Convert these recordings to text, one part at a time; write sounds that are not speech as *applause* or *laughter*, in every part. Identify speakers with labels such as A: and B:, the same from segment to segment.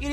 A: It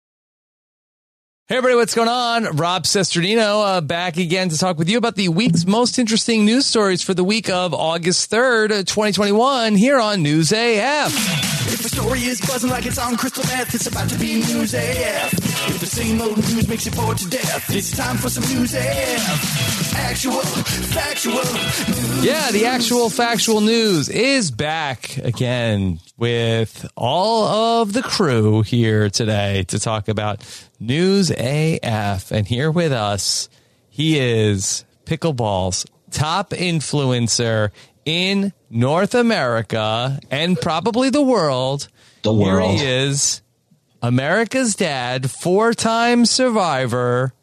B: Hey everybody, what's going on? Rob Sesternino uh, back again to talk with you about the week's most interesting news stories for the week of August 3rd, 2021 here on News AF.
C: If a story is buzzing like it's on crystal meth, it's about to be news AF. If the same old news makes you bored to death, it's time for some news AF. Actual, factual news.
B: Yeah, the actual factual news is back again with all of the crew here today to talk about News AF. And here with us, he is Pickleball's top influencer in North America and probably the world.
D: The world.
B: Here he is, America's dad, four time survivor,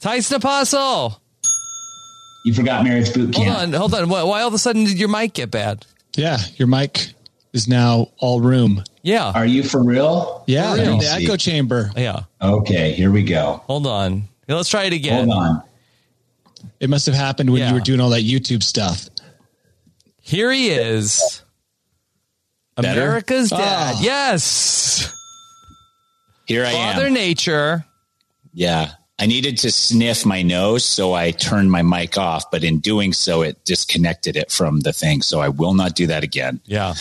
B: Tyson Apostle.
D: You forgot marriage boot
B: Hold
D: camp.
B: on, hold on. Why, why all of a sudden did your mic get bad?
E: Yeah, your mic is now all room.
B: Yeah.
D: Are you for real?
E: Yeah,
D: For real.
E: the echo chamber.
B: Yeah.
D: Okay, here we go.
B: Hold on. Yeah, Let's try it again.
D: Hold on.
E: It must have happened when
B: Yeah.
E: you were doing all that YouTube stuff.
B: Here he is.
E: Better?
B: America's dad.
E: Ah.
B: Yes.
F: Here I
B: Father
F: am.
B: Nature.
F: Yeah. I needed to sniff my nose, so I turned my mic off, but in doing so, it disconnected it from the thing. So I will not do that again.
B: Yeah.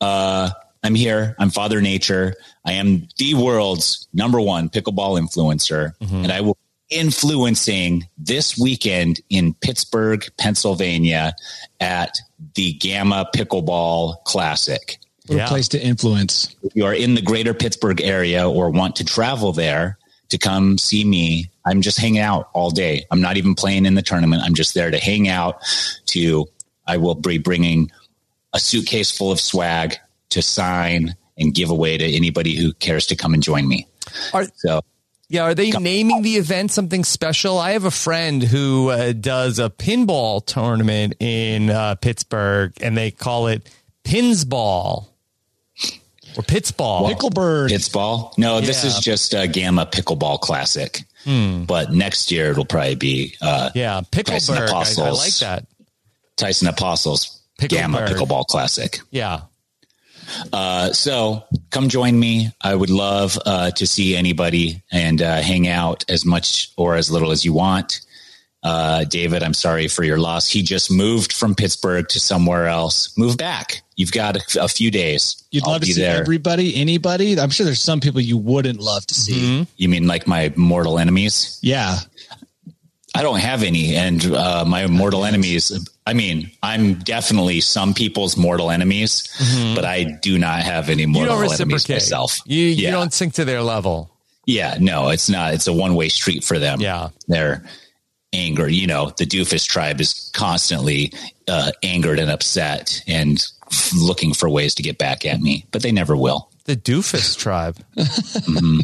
F: Uh, I'm here. I'm Father Nature. I am the world's number one pickleball influencer, and I will be influencing this weekend in Pittsburgh, Pennsylvania at the Gamma Pickleball Classic.
E: What
B: Yeah.
E: a place to influence.
F: if you are in the greater Pittsburgh area or want to travel there to come see me, I'm just hanging out all day. I'm not even playing in the tournament. I'm just there to hang out to I will be bringing a suitcase full of swag to sign and give away to anybody who cares to come and join me.
B: Are-
F: so
B: Yeah, are they naming the event something special? I have a friend who uh, does a pinball tournament in uh, Pittsburgh, and they call it Pinsball or Pittsball.
E: Picklebird.
F: It's ball. No, this
B: Yeah.
F: is just a Gamma Pickleball Classic. But next year it'll probably be uh,
B: yeah,
F: Tyson
B: Pickleberg. I, I
F: Apostles.
B: like that.
F: Tyson Apostles Gamma
B: Pickleberg.
F: Pickleball Classic.
B: Yeah,
F: Uh, so come join me. I would love uh, to see anybody and uh, hang out as much or as little as you want. Uh, David, I'm sorry for your loss. He just moved from Pittsburgh to somewhere else. Move back. You've got a, a few days.
E: You'd
F: I'll
E: love to
F: be
E: see
F: there.
E: everybody, anybody. I'm sure there's some people you wouldn't love to see.
F: you mean like my mortal enemies?
E: Yeah.
F: I don't have any, and uh, my mortal enemies. I mean, I'm definitely some people's mortal enemies, but I do not have any
B: Mm-hmm. you
F: mortal
B: don't
F: enemies
B: reciprocate.
F: myself.
B: You you
F: Yeah.
B: don't sink to their level.
F: Yeah, no, it's not. It's a one way street for them.
B: Yeah.
F: Their anger, you know, the doofus tribe is constantly uh, angered and upset and looking for ways to get back at me, but they never will.
B: The Doofus *laughs* tribe. Mm-hmm.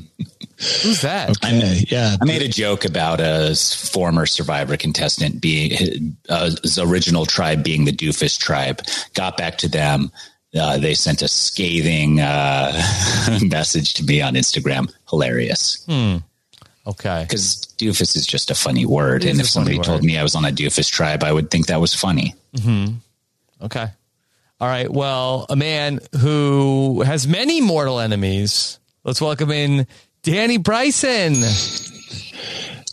B: Who's that?
E: Okay. Yeah.
F: I made a joke about a s- former survivor contestant being uh, his original tribe being the doofus tribe, got back to them. Uh, they sent a scathing uh, *laughs* message to me on Instagram. Hilarious.
B: Okay.
F: because doofus is just a funny word. And
B: is
F: if
B: a funny
F: somebody
B: word.
F: told me I was on a doofus tribe, I would think that was funny.
B: Okay. All right. Well, a man who has many mortal enemies. Let's welcome in Danny Bryson.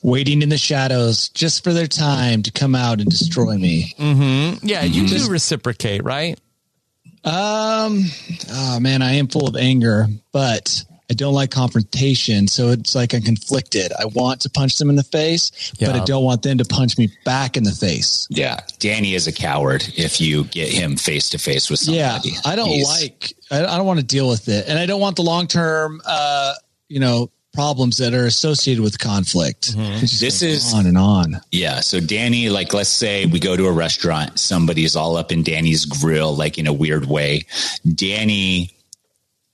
E: Waiting in the shadows just for their time to come out and destroy me.
B: Yeah, you do reciprocate, right?
E: Ah, Um, oh man, I am full of anger, but I don't like confrontation. So it's like I'm conflicted. I want to punch them in the face, but
B: Yeah.
E: I don't want them to punch me back in the face.
F: Yeah, Danny is a coward. If you get him face to face with somebody,
E: Yeah, I don't
F: He's-
E: like. I, I don't want to deal with it, and I don't want the long term, uh, you know, problems that are associated with conflict. It just
F: Mm-hmm. This
E: goes
F: is-
E: on and on.
F: Yeah. So Danny, like, let's say we go to a restaurant, somebody's all up in Danny's grill, like in a weird way. Danny,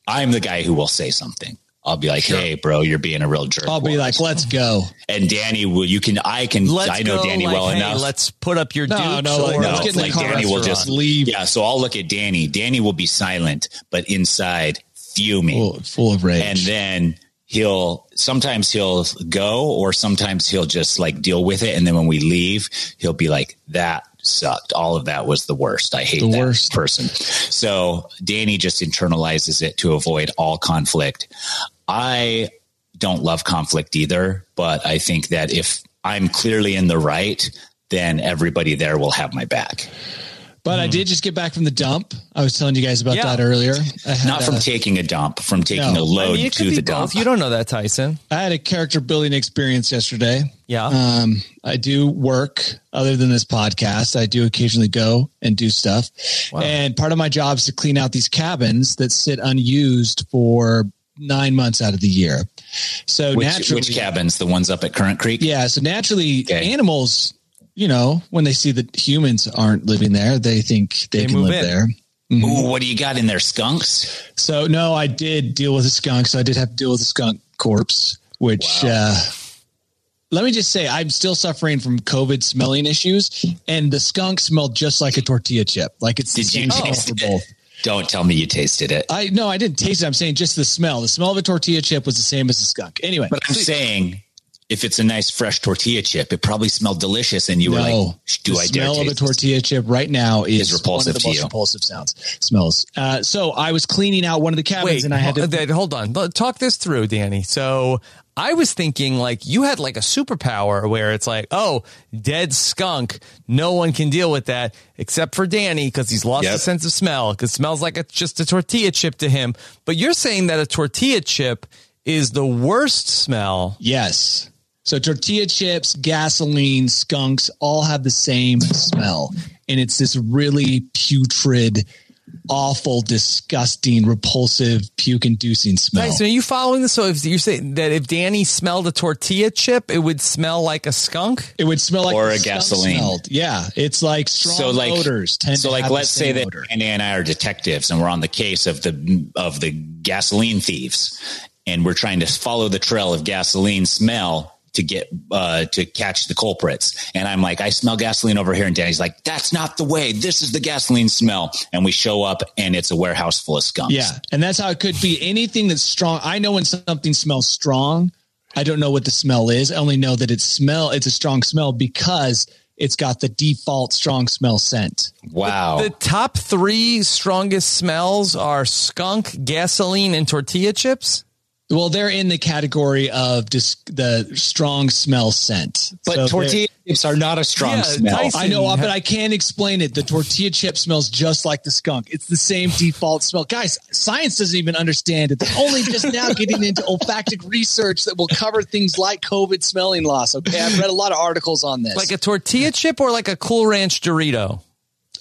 F: I'm the guy who will say something. I'll be like, "Hey, bro, you're being a real jerk."
E: I'll be like, "Let's go."
F: and Danny will. You can. I can.
B: Let's
F: I know
B: go,
F: Danny
B: like,
F: well
B: hey,
F: enough.
B: Let's put up your
E: No,
B: dukes
E: no, like,
B: or
E: let's
F: no,
E: get in the
F: like
E: car
F: Danny will just
B: restaurant.
F: leave. Yeah. So I'll look at Danny. Danny will be silent, but inside fuming
E: Full, full of rage.
F: and then he'll sometimes he'll go or sometimes he'll just like deal with it and then when we leave he'll be like that sucked all of that was the worst i hate
E: The
F: that
E: worst.
F: person so danny just internalizes it to avoid all conflict i don't love conflict either but i think that if i'm clearly in the right then everybody there will have my back
E: but I did just get back from the dump. I was telling you guys about
B: Yeah.
E: that earlier. I had,
F: not from
E: a-
F: taking a dump from taking
E: No.
F: a
B: I
F: load
B: mean, it could
F: to
B: be
F: the
B: both.
F: dump
B: You don't know that, Tyson.
E: I had a character building experience yesterday.
B: Yeah.
E: Um, I do work other than this podcast. I do occasionally go and do stuff. And part of my job is to clean out these cabins that sit unused for nine months out of the year. So
F: which,
E: naturally,
F: which cabins the ones up at current creek
E: yeah. So naturally,
F: Okay.
E: animals, you know, when they see that humans aren't living there, they think they,
B: They
E: can
B: move
E: live
B: in.
E: there. Mm-hmm.
F: Ooh, what do you got in there? Skunks?
E: So no, I did deal with a skunk. So I did have to deal with a skunk corpse, which uh, let me just say, I'm still suffering from COVID smelling issues, and the skunk smelled just like a tortilla chip. Like it's the
F: Did you
E: same smell
F: taste
E: for
F: it?
E: both.
F: Don't tell me you tasted it.
E: Oh, I no, I didn't taste it. I'm saying just the smell. The smell of a tortilla chip was the same as a skunk. Anyway,
F: But I'm saying if it's a nice fresh tortilla chip, it probably smelled delicious and you were like, "Sh- do
E: the
F: I dare
E: smell of a
F: taste this?"
E: tortilla chip right now is,
F: Is repulsive
E: one of
F: to
E: the most
F: you.
E: repulsive sounds smells. Uh, so I was cleaning out one of the cabins,
B: Wait,
E: and I had to.
B: hol- then hold on. Let- Talk this through, Danny. So I was thinking like you had like a superpower where it's like, oh, dead skunk. No one can deal with that except for Danny because he's lost
F: Yep.
B: his sense of smell because smells like it's just a tortilla chip to him. But you're saying that a tortilla chip is the worst smell.
E: Yes. So tortilla chips, gasoline, skunks all have the same smell. And it's this really putrid, awful, disgusting, repulsive, puke inducing smell.
B: Tyson, are you following this? So if you're saying that if Danny smelled a tortilla chip, it would smell like a skunk.
E: It would smell like
F: Or
E: the
F: a
E: skunk
F: gasoline.
E: Yeah. It's like strong
F: So like,
E: odors tend
F: so
E: to
F: like,
E: have the
F: let's say
E: same
F: that
E: odor.
F: Andy and I are detectives and we're on the case of the of the gasoline thieves, and we're trying to follow the trail of gasoline smell to get uh, to catch the culprits. And I'm like, I smell gasoline over here, and Danny's like, that's not the way. This is the gasoline smell. And we show up, and it's a warehouse full of skunks.
E: Yeah. And that's how it could be. Anything that's strong. I know when something smells strong, I don't know what the smell is. I only know that it's smell it's a strong smell because it's got the default strong smell scent.
F: Wow.
E: Oh.
B: The top three strongest smells are skunk, gasoline, and tortilla chips.
E: Well, they're in the category of just the strong smell scent.
F: but
E: So
F: tortilla chips are not a strong
B: Yeah,
F: smell.
E: they're-
B: Tyson-
E: I know, uh, but I can't explain it. The tortilla chip smells just like the skunk. It's the same default smell. Guys, science doesn't even understand it. They're only just
F: *laughs*
E: now getting into olfactic research that will cover things like COVID smelling loss. Okay, I've read a lot of articles on this.
B: Like a tortilla chip or like a Cool Ranch Dorito?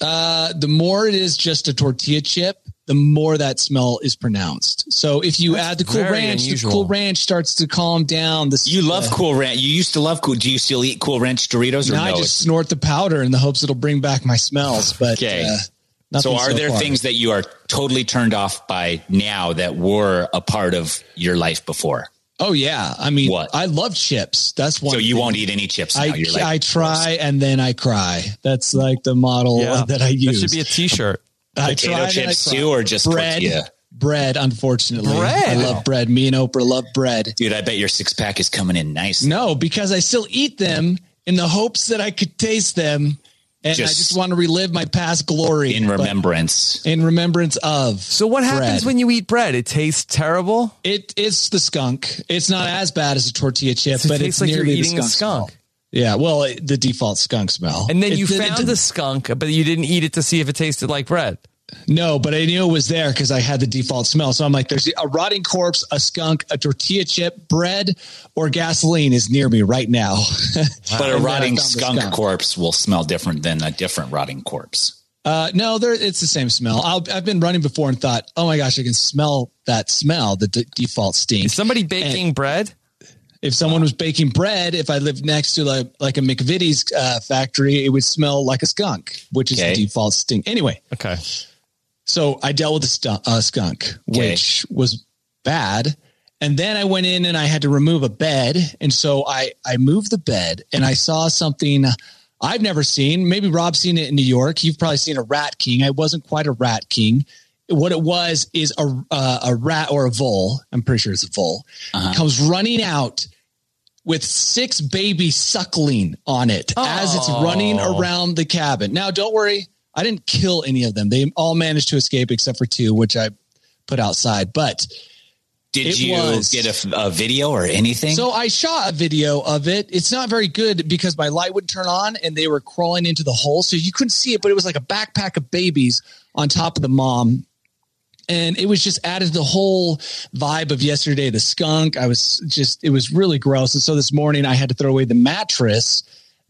E: Uh, the more it is just a tortilla chip, the more that smell is pronounced. So if you add the cool
B: very
E: ranch,
B: unusual.
E: the cool ranch starts to calm down. The
F: You love Cool Ranch. You used to love Cool. Do you still eat Cool Ranch Doritos or
E: Now I
F: no?
E: just snort the powder in the hopes it'll bring back my smells. But
F: Okay.
E: uh,
F: so
E: nothing
F: are there
E: far.
F: things that you are totally turned off by now that were a part of your life before?
E: Oh yeah, I mean,
F: What?
E: I love chips. That's one.
F: So you
E: thing.
F: won't eat any chips now.
E: I
F: You're like,
E: I try and then I cry. That's like the model that I
B: That
E: use.
B: should be a T-shirt.
E: I
F: potato
E: try and I
F: chips
E: cry.
F: too, or just
E: bread.
F: tortilla?
E: Bread, unfortunately,
B: Bread?
E: I love bread. Me and Oprah love bread.
F: dude, I bet your six pack is coming in nice.
E: No, because I still eat them in the hopes that I could taste them, and I
F: Just-
E: just want to relive my past glory
F: in
E: but-
F: remembrance.
E: in remembrance of.
B: So what happens
E: Bread.
B: when you eat bread? It tastes terrible.
E: It it's the skunk. It's not as bad as a tortilla chip,
B: So it
E: but
B: tastes
E: it's
B: like you're
E: nearly
B: eating
E: the
B: a skunk.
E: smell. Yeah, well, it, the default skunk smell.
B: And then
E: It-
B: you
E: it-
B: found
E: it-
B: the skunk, but you didn't eat it to see if it tasted like bread.
E: No, but I knew it was there because I had the default smell. So I'm like, there's a rotting corpse, a skunk, a tortilla chip, bread, or gasoline is near me right now. *laughs*
F: But a
E: And then I
F: rotting
E: found the
F: skunk, corpse will smell different than a different rotting corpse.
E: Uh, no, there it's the same smell. I'll, I've been running before and thought, oh my gosh, I can smell that smell, the d- default stink.
B: Is somebody baking bread?
E: if someone was baking bread, if I lived next to like, like a McVitie's uh, factory, it would smell like a skunk, which is
F: Okay.
E: the default stink. Anyway,
B: Okay.
E: so I dealt with a stu- uh, skunk,
F: Okay.
E: which was bad. And then I went in and I had to remove a bed. And so I, I moved the bed and I saw something I've never seen. Maybe Rob's seen it in New York. You've probably seen a rat king. I wasn't quite a rat king. What it was is a, uh, a rat or a vole. I'm pretty sure it's a vole
F: Uh-huh.
E: comes running out with six babies suckling on it as it's running around the cabin. Now, don't worry, I didn't kill any of them. They all managed to escape except for two, which I put outside. But
F: Did
E: It
F: you
E: was. um,
F: get a f- a, video or anything?
E: so I shot a video of it. It's not very good because my light would turn on and they were crawling into the hole. So you couldn't see it, but it was like a backpack of babies on top of the mom. And it was just added to the whole vibe of yesterday, the skunk. I was just, it was really gross. And so this morning I had to throw away the mattress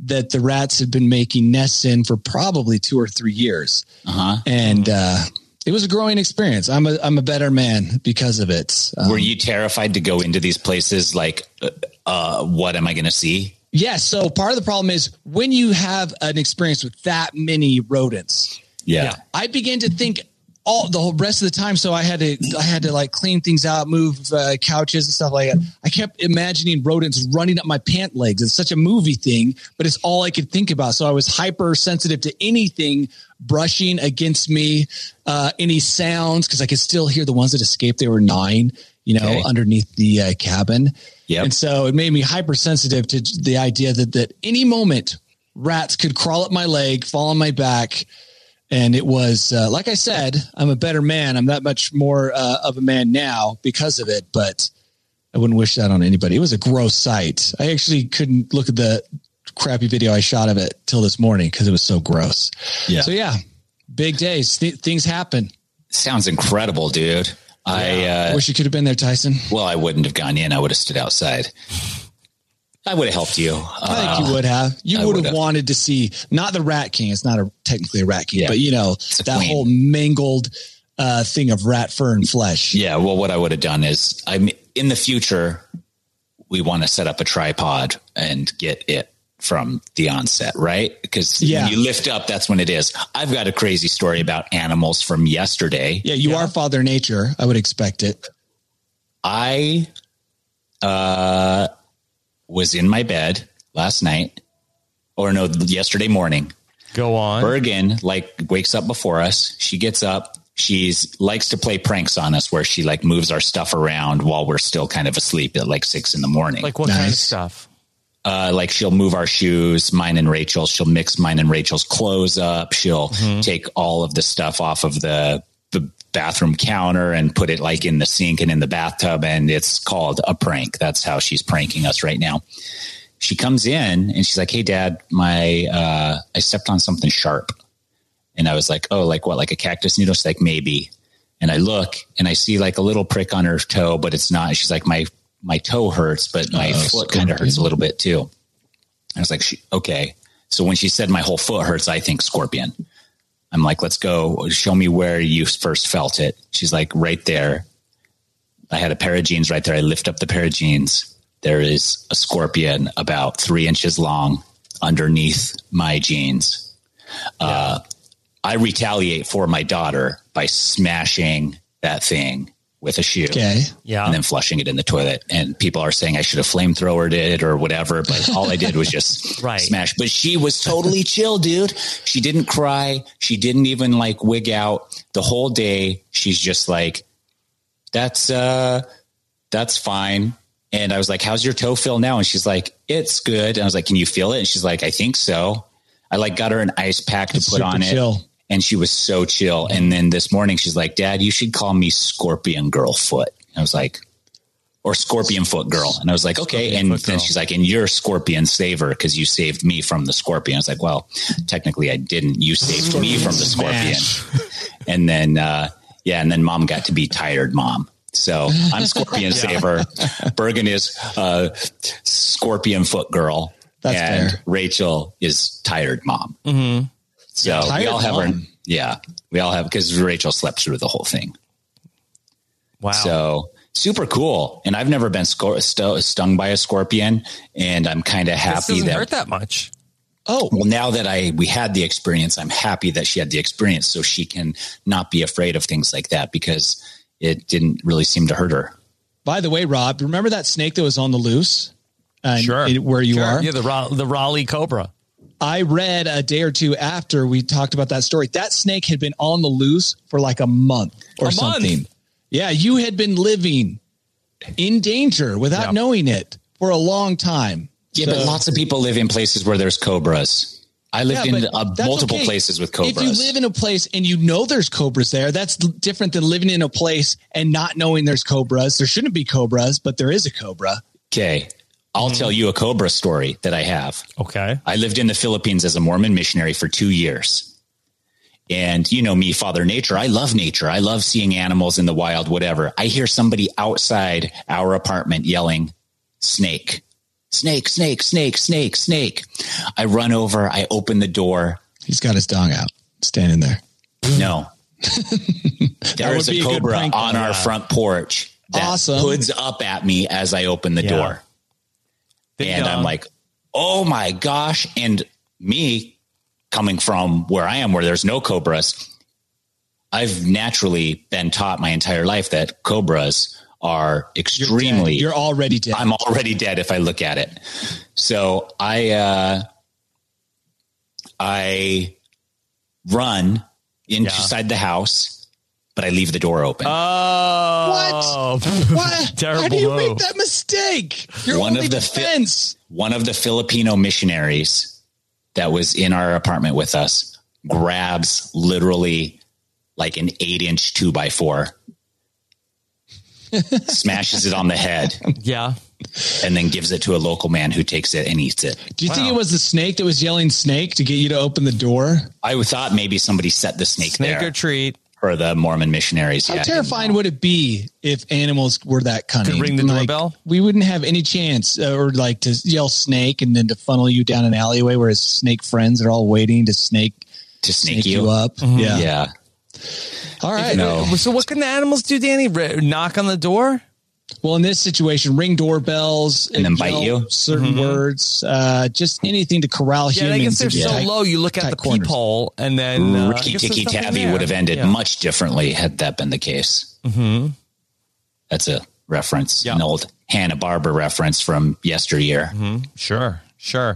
E: that the rats had been making nests in for probably two or three years.
F: uh-huh.
E: And, uh, it was a growing experience. I'm a, I'm a better man because of it. Um,
F: Were you terrified to go into these places? Like, uh, uh, what am I going to see?
E: Yes. So part of the problem is when you have an experience with that many rodents,
F: Yeah.
E: I began to think all the whole rest of the time. So I had to, I had to like clean things out, move uh, couches and stuff like that. I kept imagining rodents running up my pant legs. It's such a movie thing, but it's all I could think about. So I was hypersensitive to anything brushing against me, uh, any sounds, because I could still hear the ones that escaped. They were gnawing, you know,
F: Okay.
E: underneath the uh, cabin.
F: Yep.
E: And so it made me hypersensitive to j- the idea that that any moment rats could crawl up my leg, fall on my back. And it was, uh, like I said, I'm a better man. I'm that much more uh, of a man now because of it, but I wouldn't wish that on anybody. It was a gross sight. I actually couldn't look at the crappy video I shot of it till this morning because it was so gross.
F: Yeah.
E: So, yeah, big days. Th- things happen.
F: Sounds incredible, dude. I, uh,
E: I wish you could have been there, Tyson.
F: well, I wouldn't have gone in. I would have stood outside. I would have helped you.
E: I
F: Uh,
E: think you would have.
F: I
E: You would
F: would've.
E: have wanted to see not the Rat King. It's not a technically a Rat King,
F: Yeah.
E: but you know
F: a
E: that
F: queen.
E: whole mangled uh, thing of rat fur and flesh.
F: Yeah. Well, what I would have done is, I'm in the future. We want to set up a tripod and get it from the onset, right? Because
E: Yeah.
F: you lift up, that's when it is. I've got a crazy story about animals from yesterday.
E: Yeah, you are Father Nature. I would expect it.
F: I uh, was in my bed last night, or no, yesterday morning.
B: Go on.
F: Bergen like wakes up before us. She gets up. She's likes to play pranks on us, where she like moves our stuff around while we're still kind of asleep at like six in the morning.
B: Like what kind of
E: Nice.
B: stuff?
F: uh, like she'll move our shoes, mine and Rachel's. She'll mix mine and Rachel's clothes up. She'll take all of the stuff off of the the bathroom counter and put it like in the sink and in the bathtub. And it's called a prank. That's how she's pranking us right now. She comes in and she's like, "Hey, Dad, my uh, I stepped on something sharp." And I was like, "Oh, like what? Like a cactus needle?" She's like, "Maybe." And I look and I see like a little prick on her toe, but it's not. She's like, "My my toe hurts, but my foot kind of hurts a little bit too." I was like, she, okay. So when she said my whole foot hurts, I think scorpion. I'm like, let's go. Show me where you first felt it. She's like, right there. I had a pair of jeans right there. I lift up the pair of jeans. There is a scorpion about three inches long underneath my jeans. Uh, I retaliate for my daughter by smashing that thing with a shoe
E: Okay.
B: Yeah.
F: and then flushing it in the toilet. And people are saying I should have flamethrowered it or whatever, but all I did was just
B: Right.
F: smash. But she was totally chill, dude. She didn't cry. She didn't even like wig out the whole day. She's just like, that's uh that's fine. And I was like, How's your toe feel now? And she's like, It's good. And I was like, Can you feel it? And she's like, I think so. I like got her an ice pack to
E: It's
F: put
E: super
F: on it
E: chill.
F: and she was so chill. And then this morning she's like, Dad, you should call me Scorpion Girl Foot. I was like, or Scorpion Foot Girl. And I was like, okay.
B: Scorpion
F: And
B: Foot
F: then
B: Girl.
F: she's like, and you're Scorpion Saver because you saved me from the scorpion. I was like, well, technically I didn't. You saved me from the scorpion. *laughs* And then, uh, yeah, and then mom got to be tired mom. So I'm Scorpion Saver. Bergen is uh, Scorpion Foot Girl.
E: That's
F: and
E: fair.
F: Rachel is tired mom. So we
E: tired
F: all have our,
E: mom.
F: yeah, we all have, because Rachel slept through the whole thing.
B: Wow.
F: So super cool. And I've never been scor- stu- stung by a scorpion. And I'm kind of
B: this
F: happy
B: doesn't
F: that, Oh,
B: hurt that much.
F: well, now that I, we had the experience, I'm happy that she had the experience so she can not be afraid of things like that because it didn't really seem to hurt her.
E: By the way, Rob, remember that snake that was on the loose? Uh,
B: Sure.
E: in- where you
B: Sure.
E: are?
B: Yeah, the, Ra- the Raleigh Cobra.
E: I read a day or two after we talked about that story. That snake had been on the loose for like a month
B: A
E: or
B: month?
E: something. Yeah, you had been living in danger without
B: Yeah.
E: knowing it for a long time.
F: Yeah, but lots of people live in places where there's cobras. I lived
E: Yeah,
F: in
E: but
F: uh,
E: that's
F: multiple
E: okay.
F: places with cobras.
E: If you live in a place and you know there's cobras there, that's l- different than living in a place and not knowing there's cobras. There shouldn't be cobras, but there is a cobra.
F: okay, I'll tell you a cobra story that I have.
B: Okay.
F: I lived in the Philippines as a Mormon missionary for two years. And you know me, Father Nature. I love nature. I love seeing animals in the wild, whatever. I hear somebody outside our apartment yelling, snake, snake, snake, snake, snake, snake. I run over, I open the door.
E: He's got his dong out, standing there.
F: *laughs* No. there is
E: would be
F: a
E: a good
F: cobra
E: prank, though,
F: on our front porch that
E: Awesome.
F: hoods up at me as I open the
B: Yeah.
F: door.
B: Ding
F: and I'm
B: dong.
F: like, oh my gosh. And me coming from where I am, where there's no cobras, I've naturally been taught my entire life that cobras are extremely.
E: You're already dead. *laughs*
F: I'm already dead if I look at it. So I, uh, I run inside the house, but I leave the door open.
B: Oh. What? *laughs*
E: what?
B: Terrible
E: How do you
B: move.
E: make that mistake? Your
F: One
E: only
F: of the fi-
E: defense.
F: one of the Filipino missionaries that was in our apartment with us grabs literally like an eight inch two
B: *laughs*
F: by four, smashes it on the head,
B: Yeah.
F: and then gives it to a local man who takes it and eats it.
E: Do you think it was the snake that was yelling snake to get you to open the door?
F: I thought maybe somebody set the snake,
B: Snake
F: there
B: or treat.
F: for the Mormon missionaries.
E: How
F: Yeah, I didn't
E: terrifying
F: know.
E: would it be if animals were that cunning?
B: ring the
E: Like,
B: doorbell?
E: We wouldn't have any chance, uh, or like to yell snake and then to funnel you down an alleyway where his snake friends are all waiting to snake
F: to snake, Mm-hmm.
E: snake you, up. Yeah.
F: Yeah.
E: All right.
F: No.
B: So what can the animals do, Danny? Re- knock on the door?
E: Well, in this situation, ring doorbells and,
F: then bite
E: yell
F: you? Mm-hmm.
E: Certain words, uh, just anything to corral
B: Yeah, I guess
E: humans.
B: they're
E: into
B: so
E: tight-
B: low. You look at
E: tight
B: the
E: corners.
B: peephole, and then uh, I
F: Ricky
B: guess there's
F: Ticky
B: nothing
F: Tavi
B: there.
F: would have ended
B: Yeah.
F: much differently had that been the case. Mm-hmm. That's a reference,
B: Yeah.
F: an old Hanna Barber reference from yesteryear.
E: Mm-hmm.
B: Sure, sure.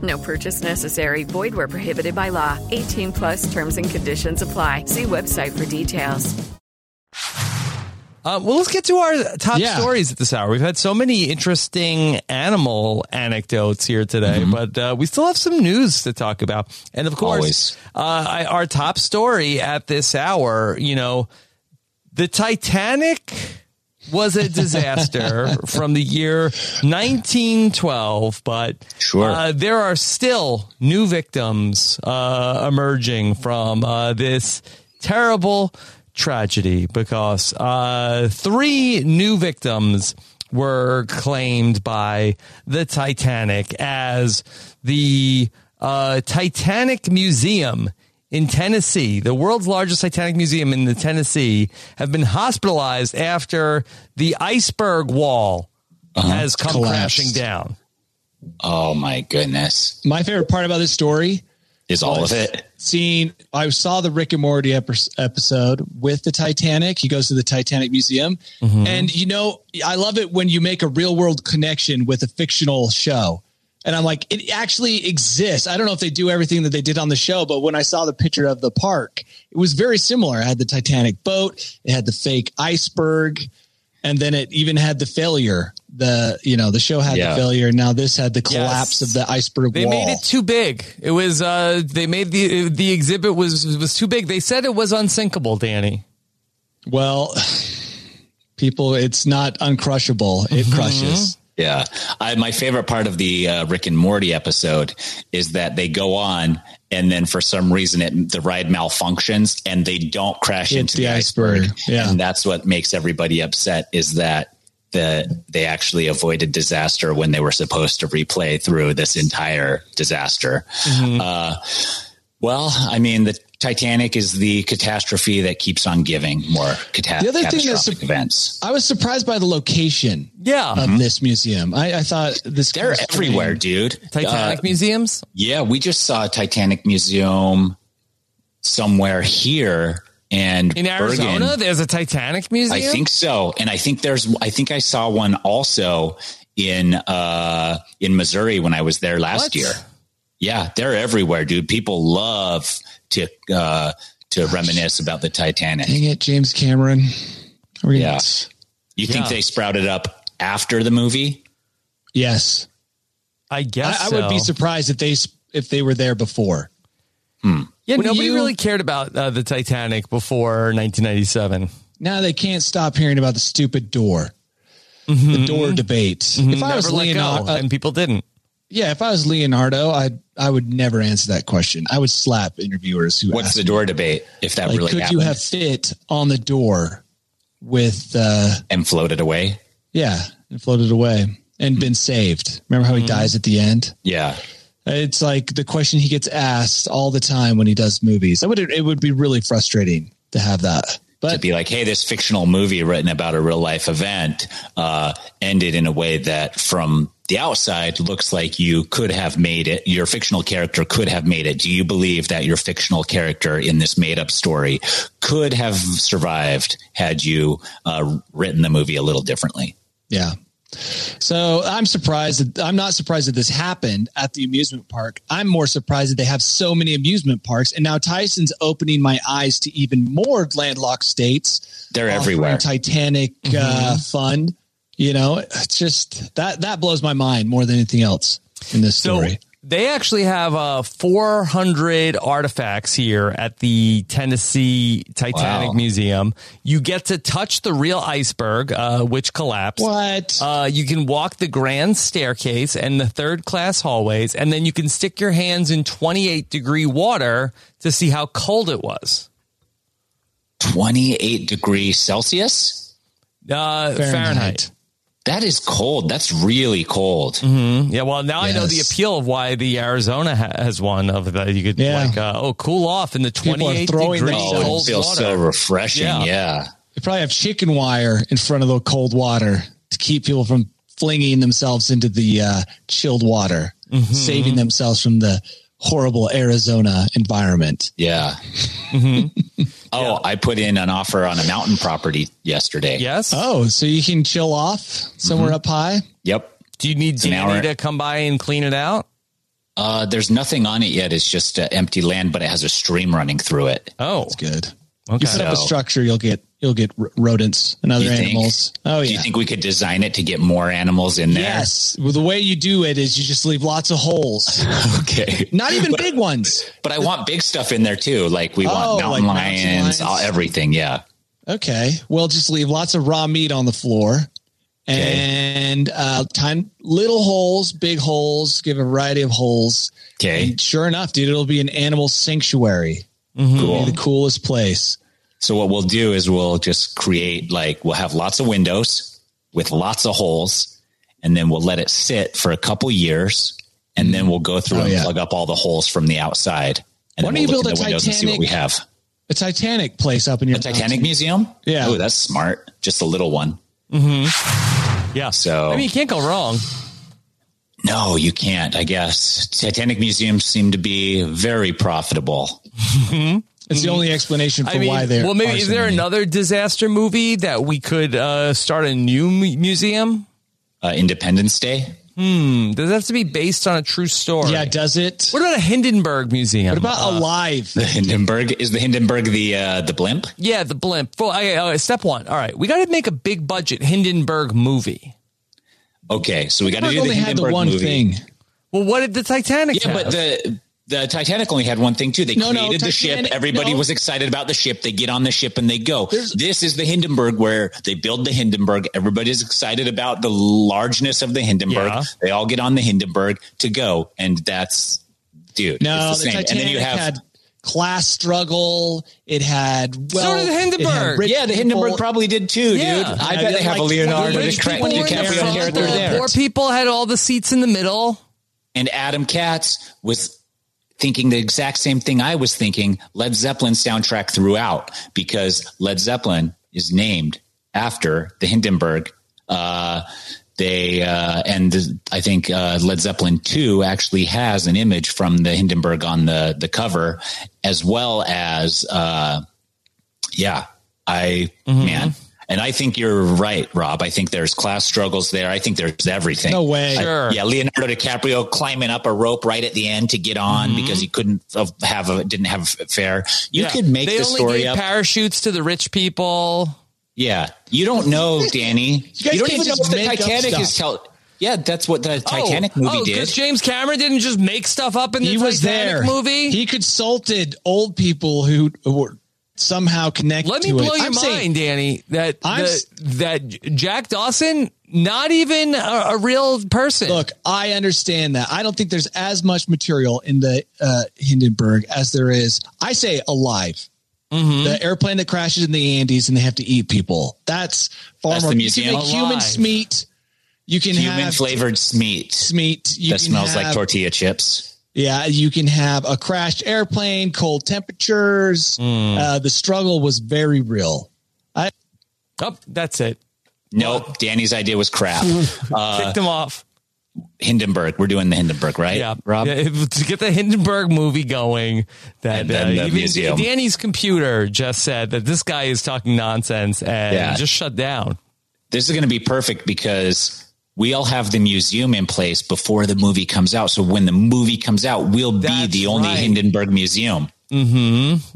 G: No purchase necessary. Void where prohibited by law. 18 plus terms and conditions apply. See website for details.
B: Uh, well, let's get to our top stories at this hour. We've had so many interesting animal anecdotes here today, but uh, we still have some news to talk about. And of course, uh, I, our top story at this hour, you know, the Titanic was a disaster from the year 1912, but
F: Sure.
B: uh, there are still new victims uh, emerging from uh, this terrible tragedy because uh, three new victims were claimed by the Titanic as the uh, Titanic Museum in Tennessee, the world's largest Titanic museum in the Tennessee, have been hospitalized after the iceberg wall has come
E: Collapsed.
B: crashing down.
F: Oh my goodness.
E: My favorite part about this story
F: Is all of
E: was
F: it.
E: Seeing, I saw the Rick and Morty epi- episode with the Titanic. He goes to the Titanic Museum,
B: Mm-hmm.
E: and you know, I love it when you make a real world connection with a fictional show. And I'm like, it actually exists. I don't know if they do everything that they did on the show, but when I saw the picture of the park, it was very similar. It had the Titanic boat, it had the fake iceberg, and then it even had the failure. The you know the show had
B: Yeah.
E: the failure, and now this had the collapse
B: Yes.
E: of the iceberg
B: They
E: wall.
B: made it too big. It was uh, they made the the exhibit was was too big. They said it was unsinkable, Danny.
E: Well, people, it's not uncrushable. It
F: Mm-hmm.
E: crushes.
F: Yeah. I, my favorite part of the uh, Rick and Morty episode is that they go on and then for some reason it, the ride malfunctions and they don't crash
E: Hit
F: into
E: the
F: the, iceberg.
E: iceberg. Yeah.
F: And that's what makes everybody upset is that the, they actually avoided disaster when they were supposed to replay through this entire disaster.
E: Mm-hmm.
F: Uh, well, I mean, the Titanic is the catastrophe that keeps on giving more cata-
E: The other thing that's
F: catastrophic events.
E: I was surprised by the location
B: Yeah,
E: of this museum. I, I thought this
F: Mm-hmm. They're
E: kind of thing-
F: everywhere, dude.
B: Titanic
F: Uh,
B: museums.
F: yeah, we just saw a Titanic museum somewhere here and
B: In Arizona,
F: Bergen.
B: there's a Titanic museum.
F: I think so, and I think there's. I think I saw one also in uh in Missouri when I was there last
B: What?
F: year. Yeah, they're everywhere, dude. People love to uh to reminisce about the Titanic.
E: Dang it, James Cameron. Are we gonna-
F: Yeah. You think
B: Yeah.
F: they sprouted up after the movie?
E: Yes.
B: I guess
E: I, I would be
B: so.
E: surprised if they s- if they were there before.
F: Hmm.
B: Yeah,
E: When
B: nobody
E: you-
B: really cared about uh, the Titanic before 1997.
E: Now they can't stop hearing about the stupid door, the door debate. If I was
B: Mm-hmm. Never let
E: uh,
B: go,
E: Leonardo,
B: and people didn't.
E: yeah, if I was Leonardo, I I would never answer that question. I would slap interviewers who
F: What's
E: ask
F: the door debate? If that
E: like,
F: really
E: could
F: happened
E: you have fit on the door with uh
F: and floated away?
E: yeah and floated away
F: Hmm.
E: and been saved remember how he dies at the end
F: Yeah,
E: it's like the question he gets asked all the time when he does movies i would it would be really frustrating to have that
F: to
E: but
F: be like, hey, this fictional movie written about a real life event uh, ended in a way that from the outside looks like you could have made it, your fictional character could have made it. Do you believe that your fictional character in this made up story could have survived had you uh, written the movie a little differently?
E: yeah so i'm surprised that i'm not surprised that this happened at the amusement park i'm more surprised that they have so many amusement parks and now tyson's opening my eyes to even more landlocked states
F: They're
E: offering
F: everywhere.
E: Titanic
B: Mm-hmm.
E: uh, fun. You know, it's just that that blows my mind more than anything else in this story.
B: They actually have uh, 400 artifacts here at the Tennessee Titanic
F: Wow.
B: Museum. You get to touch the real iceberg, uh, which collapsed.
E: what?
B: Uh, you can walk the grand staircase and the third class hallways, and then you can stick your hands in 28 degree water to see how cold it was.
F: 28 degrees Celsius?
B: Uh, Fahrenheit.
F: That is cold. That's really cold.
B: Yeah, well, now I know the
E: Yes.
B: appeal of why the Arizona ha- has one of that. You could
E: Yeah.
B: like, uh, oh, cool off in the
E: People are
B: 28
E: throwing
B: degree
E: themselves.
F: Oh,
B: cold
F: it feels so
B: water.
F: refreshing.
B: Yeah.
F: yeah.
E: They probably have chicken wire in front of the cold water to keep people from flinging themselves into the uh, chilled water,
B: Mm-hmm.
E: saving themselves from the horrible Arizona environment.
F: Yeah. *laughs* oh, I put in an offer on a mountain property yesterday.
B: Yes.
E: Oh, so you can chill off
B: Mm-hmm.
E: somewhere up high?
F: Yep.
B: Do you need
F: an
B: Danny
F: hour.
B: to come by and clean it out?
F: Uh, there's nothing on it yet. It's just uh, empty land, but it has a stream running through it.
B: Oh,
E: It's good.
B: okay.
E: You set up a
F: So-
E: structure, you'll get you'll get r- rodents and other animals.
F: oh yeah. Do you think we could design it to get more animals in there?
E: Yes. Well, the way you do it is you just leave lots of holes.
F: *laughs* Okay.
E: Not even big ones.
F: *laughs* But I want big stuff in there too. Like we want
E: Oh,
F: mountain
E: like
F: lions,
E: mountain
F: all- everything. Yeah.
E: Okay. Well, just leave lots of raw meat on the floor
F: Okay.
E: and uh, time little holes, big holes, give a variety of holes.
F: Okay.
E: And sure enough, dude, it'll be an animal sanctuary. It'll be the coolest place.
F: So what we'll do is we'll just create like we'll have lots of windows with lots of holes, and then we'll let it sit for a couple years, and then we'll go through and plug up all the holes from the outside. And
E: Why
F: then
E: don't you
F: we'll look
E: build
F: in
E: a
F: the windows and see what we have.
E: A Titanic place up in your
F: A Titanic museum?
E: Yeah.
F: Oh, that's smart. Just a little one.
E: Mm-hmm.
B: Yeah.
F: So
B: I mean, you can't go wrong.
F: No, you can't, I guess. Titanic museums seem to be very profitable.
E: It's the only explanation for
B: I mean,
E: why they're.
B: well, maybe is there another disaster movie that we could uh, start a new mu- museum?
F: Uh, Independence Day. *laughs*
B: Hmm. Does it have to be based on a true story?
E: Yeah, does it?
B: What about a Hindenburg Museum?
E: What about
F: Uh,
E: alive?
F: The Hindenburg is the Hindenburg the uh, the blimp?
B: Yeah, the blimp. Well, okay, all right, step one. All right, we got to make a big budget Hindenburg movie.
F: Okay, so we got to do
E: Hindenburg
F: the
E: only had the
F: Hindenburg
E: one
F: movie.
E: thing.
B: Well, what did the Titanic?
F: Yeah,
B: have?
F: but the the Titanic only had one thing too. They
E: No, no,
F: created the ship.
E: Titanic-
F: Everybody
E: no.
F: was excited about the ship. They get on the ship and they go. this is the Hindenburg where they build the Hindenburg. Everybody's excited about the largeness of the Hindenburg.
B: Yeah.
F: They all get on the Hindenburg to go, and that's dude.
E: No,
F: it's
E: the,
F: the same.
E: Titanic
F: and then you have
E: had class struggle. It had well,
B: did the Hindenburg.
F: yeah, the Hindenburg probably did too,
B: Yeah.
F: dude. I bet they have a
E: Like
F: Leonardo
E: 20
B: Rich
F: DiCra-
B: people in the
F: DiCaprio
B: front,
F: character
B: the
F: there.
B: Poor people had all the seats in the middle.
F: and Adam Katz was thinking the exact same thing I was thinking. Led Zeppelin soundtrack throughout because Led Zeppelin is named after the Hindenburg. Uh, they uh, and the, I think uh, Led Zeppelin two actually has an image from the Hindenburg on the the cover, as well as uh, yeah, I
E: Mm-hmm.
F: man. And I think you're right, Rob. I think there's class struggles there. I think there's everything.
E: No way.
F: I-
B: Sure.
F: yeah, Leonardo DiCaprio climbing up a rope right at the end to get on
E: Mm-hmm.
F: because he couldn't of- have a didn't have a fare. You
B: Yeah.
F: could make
B: they
F: the
B: only
F: story
B: gave
F: up.
B: parachutes to the rich people.
F: yeah, you don't know, Danny.
E: You guys
F: You, don't
E: can't
F: even know
E: just
F: if the
E: make up
F: Titanic is
E: stuff.
F: tell. Yeah, that's what the Titanic
B: oh,
F: movie
B: oh, 'cause
F: did.
B: James Cameron didn't just make stuff up in the
E: he was
B: Titanic
E: there.
B: movie.
E: He consulted old people who were somehow connected.
B: Let me blow your mind, Danny. That
E: I'm
B: the-
E: s-
B: that Jack Dawson, not even a, a real person.
E: Look, I understand that. I don't think there's as much material in the uh, Hindenburg as there is. I say alive.
B: Mm-hmm.
E: The airplane that crashes in the Andes and they have to eat people. That's far
F: That's
E: more.
F: the
E: you can
F: museum.
E: make human
B: Alive.
E: meat. You can
F: Human
E: have
F: flavored meat
E: meat. You
F: that
E: can
F: smells like
E: have-
F: tortilla chips.
E: Yeah, you can have a crashed airplane, cold temperatures.
F: Hmm.
E: Uh, the struggle was very real.
B: oh, that's it.
F: Nope, Danny's idea
B: *laughs*
F: was crap. Uh,
B: Kicked him off.
F: Hindenburg, we're doing the Hindenburg, right?
B: Yeah,
F: Rob.
B: Yeah, it- to get the Hindenburg movie going, that
F: And
B: uh,
F: then the
B: even
F: museum.
B: Danny's computer just said that this guy is talking nonsense and
F: Yeah.
B: just shut down.
F: this is going to be perfect because we'll have the museum in place before the movie comes out. So when the movie comes out, we'll be
B: That's
F: the only
B: right.
F: Hindenburg Museum.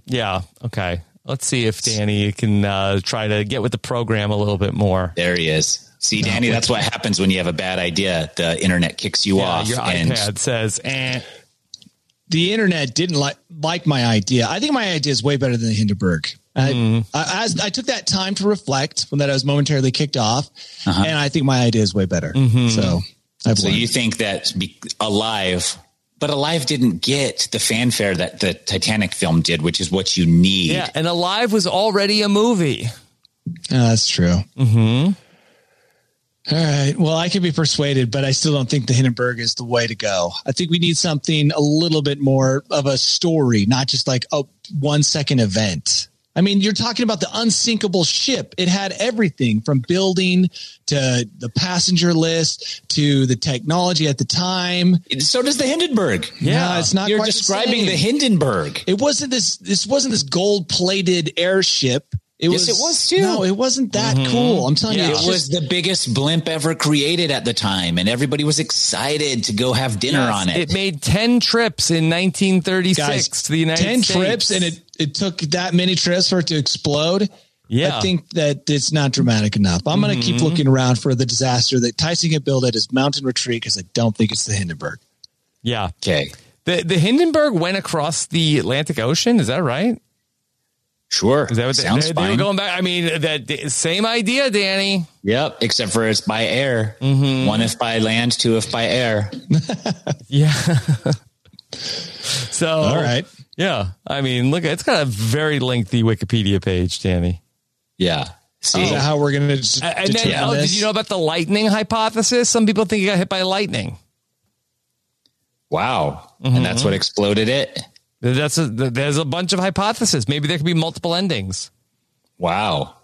B: Yeah. Okay. Let's see if Danny can uh, try to get with the program a little bit more.
F: There he is. See, Danny, that's what happens when you have a bad idea. The internet kicks you
B: Yeah,
F: off.
B: your
F: and
B: iPad says, eh.
E: The internet didn't like like my idea. I think my idea is way better than the Hindenburg. I,
F: Hmm.
E: I, as, I took that time to reflect when that I was momentarily kicked off, and I think my idea is way better. So, I've
F: Uh-huh. Mm-hmm. so
E: learned.
F: you think that be, Alive, but Alive didn't get the fanfare that the Titanic film did, which is what you need.
B: Yeah, and Alive was already a movie.
E: Yeah, that's true. Mm-hmm. right. Well, I can be persuaded, but I still don't think the Hindenburg is the way to go. I think we need something a little bit more of a story, not just like a one second event. I mean, you're talking about the unsinkable ship. It had everything from building to the passenger list to the technology at the time.
F: So does the Hindenburg.
E: Yeah, it's not.
F: You're
E: quite
F: describing
E: the,
F: the
E: same.
F: Hindenburg.
E: It wasn't this. This wasn't this gold plated airship. It
F: Yes,
E: was.
F: it was, too. Mm-hmm.
E: No, it wasn't that cool. I'm telling you,
F: it
E: it's
F: was the biggest blimp ever created at the time, and everybody was excited to go have dinner on it.
B: It made 10 trips in 1936 to the United
E: 10
B: States.
E: trips and it, it took that many trips for it to explode
B: Yeah.
E: I think that it's not dramatic enough. I'm going to keep
B: Mhm.
E: looking around for the disaster that Tyson can build at his mountain retreat because I don't think it's the Hindenburg.
B: Yeah.
F: Okay.
B: The the Hindenburg went across the Atlantic Ocean. Is that right?
F: Sure.
B: Is that what they-
F: Sounds
B: they, they were
F: fine.
B: going back? I mean, that same idea, Danny.
F: Yep, except for it's by air.
B: Mm-hmm.
F: One if by land, two if by air.
B: Yeah. so
E: All right.
B: Yeah. I mean, look, it's got a very lengthy Wikipedia page, Danny.
F: Yeah. See,
E: Is
B: Oh.
E: that how we're going to
B: A- And then,
E: determine
B: oh, did
E: this?
B: you know about the lightning hypothesis? Some people think it got hit by lightning.
F: wow. And that's
B: Mm-hmm.
F: what exploded it.
B: That's a, there's a bunch of hypotheses. Maybe there could be multiple endings.
F: Wow.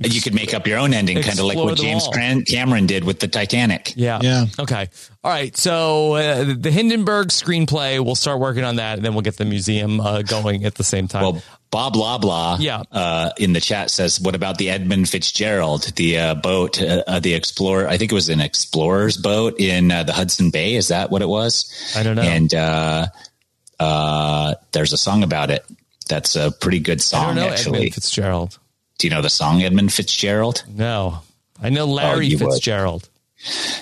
F: And You could make up your own ending, kind of like
B: Explore
F: what
B: them
F: James
B: all.
F: Cran- Cameron did with the Titanic.
B: Yeah.
E: Yeah.
B: Okay. All right. So uh, the Hindenburg screenplay, we'll start working on that, and then we'll get the museum uh, going at the same time.
F: Well, Bob Loblaw
B: Yeah.
F: uh, in the chat says, What about the Edmund Fitzgerald, the uh, boat, uh, uh, the explorer? I think it was an explorer's boat in uh, the Hudson Bay. Is that what it was?
B: I don't know.
F: And uh, uh, there's a song about it. That's a pretty good
B: I don't
F: song,
B: know
F: actually.
B: Edmund Fitzgerald.
F: Do you know the song Edmund Fitzgerald?
B: No, I know Larry
F: you would.
B: Fitzgerald.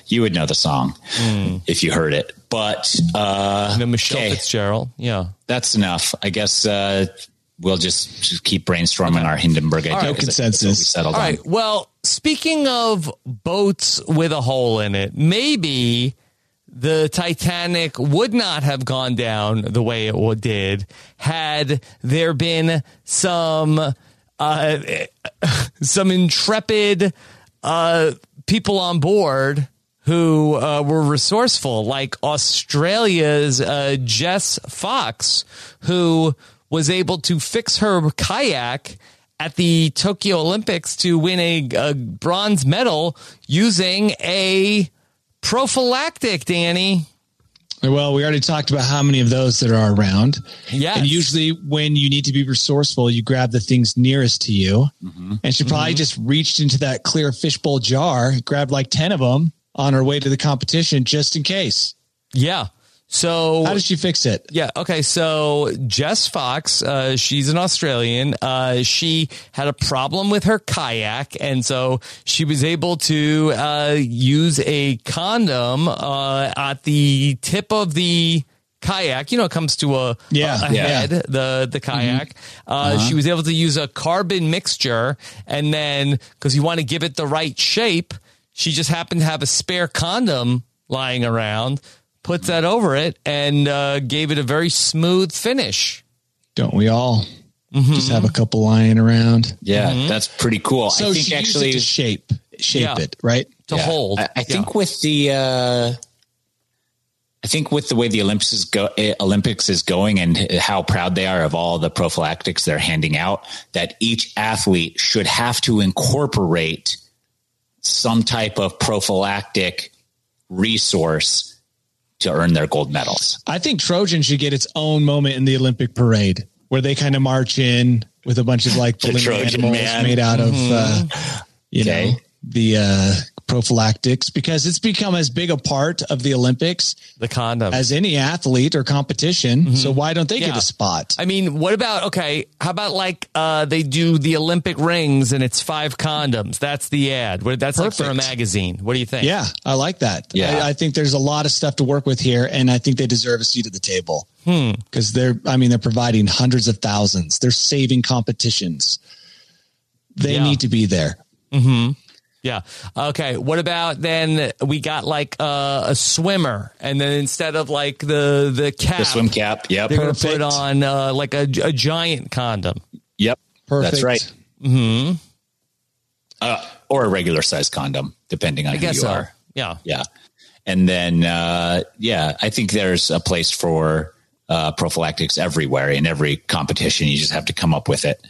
F: You would know the song
B: Hmm.
F: if you heard it. But uh,
B: I know Michelle
F: okay,
B: Fitzgerald. Yeah.
F: that's enough. I guess uh, we'll just, just keep brainstorming our Hindenburg idea.
E: right.
F: 'cause I think that's what we
E: Consensus.
F: settled
B: All
F: on.
B: right. Well, speaking of boats with a hole in it, maybe the Titanic would not have gone down the way it wa- did had there been some uh, some intrepid uh, people on board who uh, were resourceful, like Australia's uh, Jess Fox, who was able to fix her kayak at the Tokyo Olympics to win a, a bronze medal using a prophylactic, Danny.
E: Well, we already talked about how many of those there are around.
B: Yes.
E: And usually when you need to be resourceful, you grab the things nearest to you.
B: Mm-hmm.
E: And she probably just reached into that clear fishbowl jar, grabbed like 10 of them on her way to the competition just in case.
B: Yeah. So
E: How did she fix it?
B: Yeah. Okay. So Jess Fox, uh, she's an Australian. Uh, she had a problem with her kayak, and so she was able to uh, use a condom uh, at the tip of the kayak. You know, it comes to a
E: Yeah,
B: a- a
E: yeah.
B: head, the the kayak.
F: Mm-hmm.
B: Uh,
F: Uh-huh.
B: She was able to use a carbon mixture, and then because you want to give it the right shape, she just happened to have a spare condom lying around, put that over it, and uh, gave it a very smooth finish.
E: Don't we all just have a couple lying around?
F: Mm-hmm. Yeah,
B: Mm-hmm.
F: that's pretty cool.
E: So
F: I think
E: she
F: actually
E: actually used it to shape, shape
B: Yeah.
E: it, right?
B: To
F: yeah.
B: hold,
F: I, I think
B: Yeah.
F: with the uh, I think with the way the Olympics is go eh, Olympics is going and how proud they are of all the prophylactics they're handing out, that each athlete should have to incorporate some type of prophylactic resource to earn their gold medals.
E: I think Trojan should get its own moment in the Olympic parade where they kind of march in with a bunch of
F: *laughs*
E: like balloon
F: Trojan
E: animals
F: man. Mm-hmm.
E: made out of, uh, you
F: Okay.
E: know, the uh, prophylactics because it's become as big a part of the Olympics
B: the condom.
E: as any athlete or competition.
F: Mm-hmm.
E: So why don't they get
B: Yeah.
E: a spot?
B: I mean, what about okay? How about like uh, they do the Olympic rings and it's five condoms? That's the ad. What- That's like for a
E: Perfect.
B: magazine. What do you think?
E: Yeah, I like that.
F: Yeah.
E: I, I think there's a lot of stuff to work with here, and I think they deserve a seat at the table
B: Hmm.
E: because they're, I mean, they're providing hundreds of thousands. They're saving competitions. They
B: Yeah.
E: need to be there.
B: Yeah. Okay. What about then? We got like uh, a swimmer, and then instead of like the the cap,
F: The swim cap, yep,
B: they're going to
E: Perfect.
B: put on uh, like a, a giant condom.
F: yep,
E: Perfect.
F: that's right. Uh, or a regular size condom, depending on
B: I
F: who
B: guess
F: you
B: so.
F: are.
B: Yeah.
F: Yeah. And then, uh, yeah, I think there's a place for uh, prophylactics everywhere in every competition. You just have to come up with it.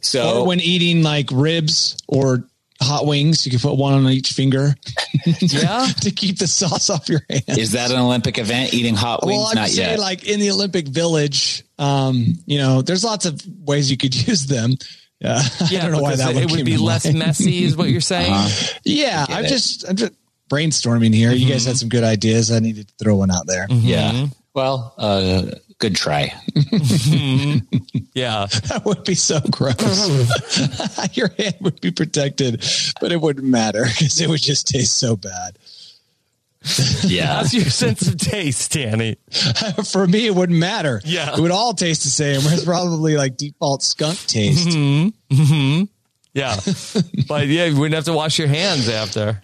F: So,
B: Oh.
E: Or when eating like ribs or hot wings, you can put one on each finger
B: *laughs* Yeah.
E: *laughs* to keep the sauce off your hand.
F: is that an Olympic event? Eating hot wings?
E: Well, I'm
F: Not
E: just saying,
F: yet.
E: like in the Olympic Village, um, you know, there's lots of ways you could *laughs* use them. Uh,
B: Yeah,
E: I don't know why
B: because
E: that
B: it,
E: one
B: would
E: came
B: be
E: to
B: less
E: mind. Uh-huh.
B: messy, is what you're saying.
E: Yeah,
F: get
E: I'm
F: it.
E: just I'm just
F: Mm-hmm.
E: Mm-hmm. brainstorming here. You guys had some good ideas. I needed to throw one out there.
F: yeah. Well, uh, Good try.
B: yeah.
E: *laughs* That would be so gross. *laughs* Your hand would be protected, but it wouldn't matter because it would just taste so bad. *laughs*
F: Yeah.
B: How's your sense of taste, Danny?
E: For me, it wouldn't matter.
B: Yeah.
E: It would all taste the same. Whereas probably like default skunk taste.
B: hmm
E: *laughs*
B: Yeah. but yeah, you wouldn't have to wash your hands after.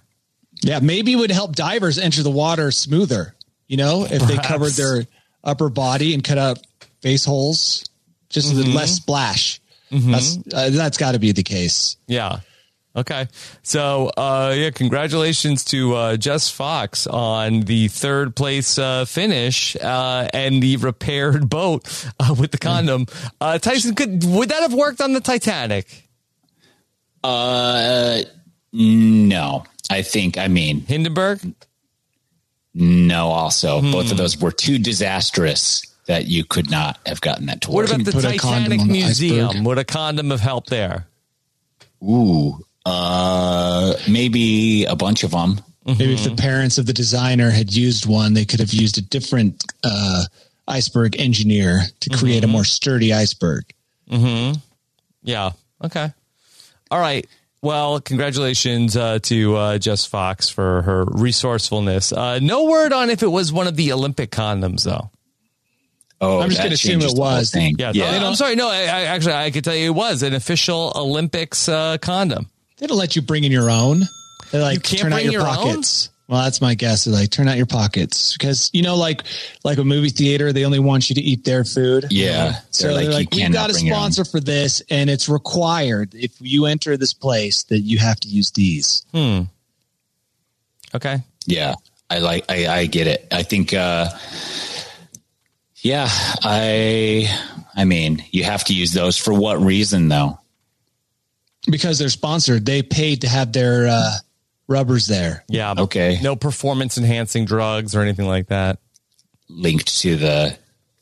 E: Yeah. Maybe it would help divers enter the water smoother, you know, if they
B: Perhaps.
E: covered their upper body and cut up face holes, just so that
B: Mhm.
E: less splash.
B: Mhm.
E: That's, uh, that's got to be the case.
B: Yeah. Okay. So, uh, yeah, congratulations to uh, Jess Fox on the third place uh, finish uh, and the repaired *laughs* boat uh, with the condom. Uh, Tyson, could would that have worked on the Titanic?
F: Uh, no. I think, I mean,
B: Hindenburg?
F: No, also,
B: Hmm.
F: both of those were too disastrous that you could not have gotten that to
B: What
F: work.
B: about the Titanic Museum? Would a condom have helped there?
F: Ooh, uh, maybe a bunch of them.
E: Maybe if the parents of the designer had used one, they could have used a different uh, iceberg engineer to create a more sturdy iceberg.
B: Mm-hmm. Yeah. Okay. All right. Well, congratulations uh, to uh, Jess Fox for her resourcefulness. Uh, no word on if it was one of the Olympic condoms, though.
F: Oh,
E: I'm just
F: that
E: gonna assume
F: changes
E: it
F: the whole
E: was.
F: thing.
B: Yeah.
F: yeah.
B: I'm sorry. No, I, I, actually, I could tell you it was an official Olympics uh, condom.
E: They don't let you bring in your own. They like
B: You can't
E: turn out
B: bring
E: your,
B: your own?
E: pockets. Well, that's my guess. They're like turn out your pockets because you know, like like a movie theater, they only want you to eat their food.
F: Yeah.
E: So they're, like,
F: you
E: we've
F: cannot
E: got a
F: bring your own."
E: sponsor for this, and it's required if you enter this place that you have to use these.
B: Hmm. Okay.
F: Yeah, I like. I, I get it. I think. uh Yeah, I. I mean, you have to use those for what reason, though?
E: Because they're sponsored, they paid to have their uh, rubbers there.
B: Yeah. but
F: Okay,
B: No performance enhancing drugs or anything like that.
F: linked to the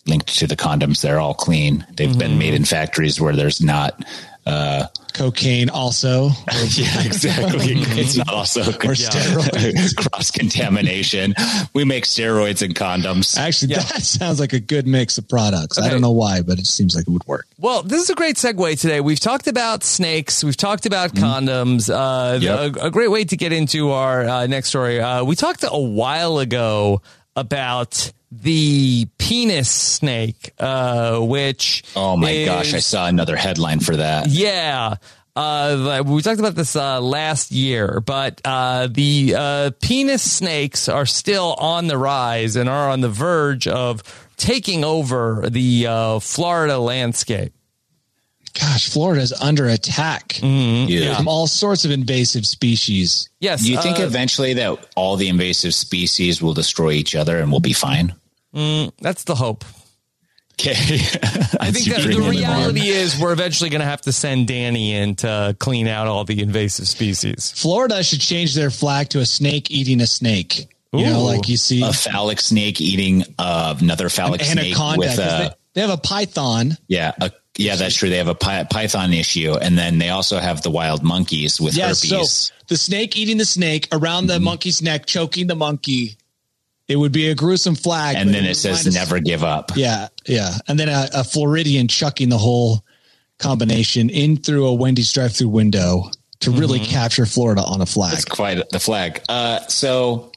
F: linked to the condoms. They're all clean. They've been made in factories where there's not. uh
E: Cocaine also.
F: *laughs* Yeah, exactly. *laughs* it's not also *laughs*
E: steroids.
F: cross contamination. We make steroids and condoms.
E: Actually,
B: Yeah.
E: that sounds like a good mix of products. I
B: Okay.
E: don't know why, but it seems like it would work.
B: Well, this is a great segue today. We've talked about snakes. We've talked about condoms. Uh,
F: Yep.
B: a, a great way to get into our uh, next story. Uh, we talked a while ago about the penis snake, uh, which
F: Oh my gosh, I
B: is-
F: saw another headline for that.
B: yeah. Uh, we talked about this uh, last year, but uh, the uh, penis snakes are still on the rise and are on the verge of taking over the uh, Florida landscape.
E: Gosh, Florida is under attack
F: Yeah.
E: from all sorts of invasive species.
B: Yes.
F: Do you think
B: uh,
F: eventually that all the invasive species will destroy each other and we'll be fine?
B: That's the hope. *laughs*
F: Okay.
B: I think that the reality is we're eventually going to have to send Danny in to clean out all the invasive species.
E: Florida should change their flag to a snake eating a snake. You know,
B: Ooh.
E: like you see
F: A phallic snake eating uh, another phallic snake
E: anaconda.
F: with
E: 'cause
F: a
E: they, they have a python.
F: yeah a, yeah that's true. They have a py- python issue, and then they also have the wild monkeys with
E: Yes,
F: herpes. Mm.
E: so the snake eating the snake around the monkey's neck, choking the monkey. It would be a gruesome flag.
F: and
E: but
F: then
E: would
F: it says
E: remind us-
F: never give up.
E: Yeah, yeah. And then a, a Floridian chucking the whole combination in through a Wendy's drive-through window to really capture Florida on a flag.
F: That's quite the flag. Uh, so,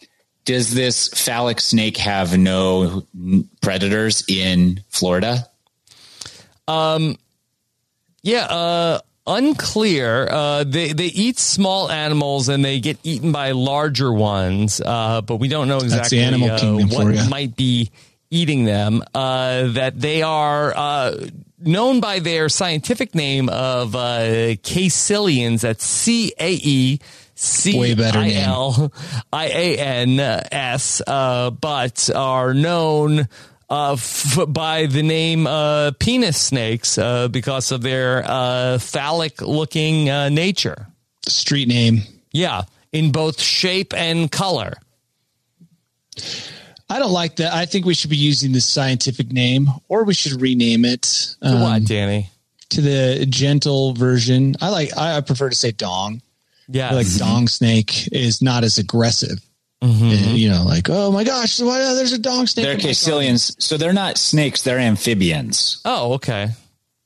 F: does this phallic snake have no n- predators in Florida?
B: Yeah, uh, unclear. Uh, they they eat small animals and they get eaten by larger ones, uh, but we don't know exactly
E: the animal
B: uh,
E: kingdom
B: what
E: for ya.
B: might be eating them. Uh, that they are uh, known by their scientific name of uh, caecilians. That's C A E.
E: Way better name.
B: C-I-L I-A-N-S, uh, but are known uh, f- by the name uh, penis snakes uh, because of their uh, phallic looking uh, nature.
E: Street name.
B: Yeah, in both shape and color.
E: I don't like that. I think we should be using the scientific name, or we should rename it
B: To
E: um,
B: what, Danny?
E: to the gentle version. I like. I I prefer to say dong.
B: Yeah.
E: I like dong snake is not as aggressive. you know, like, oh my gosh, why, there's a dog snake.
F: They're
E: in my
F: caecilians, so they're not snakes. They're amphibians.
B: Oh, okay.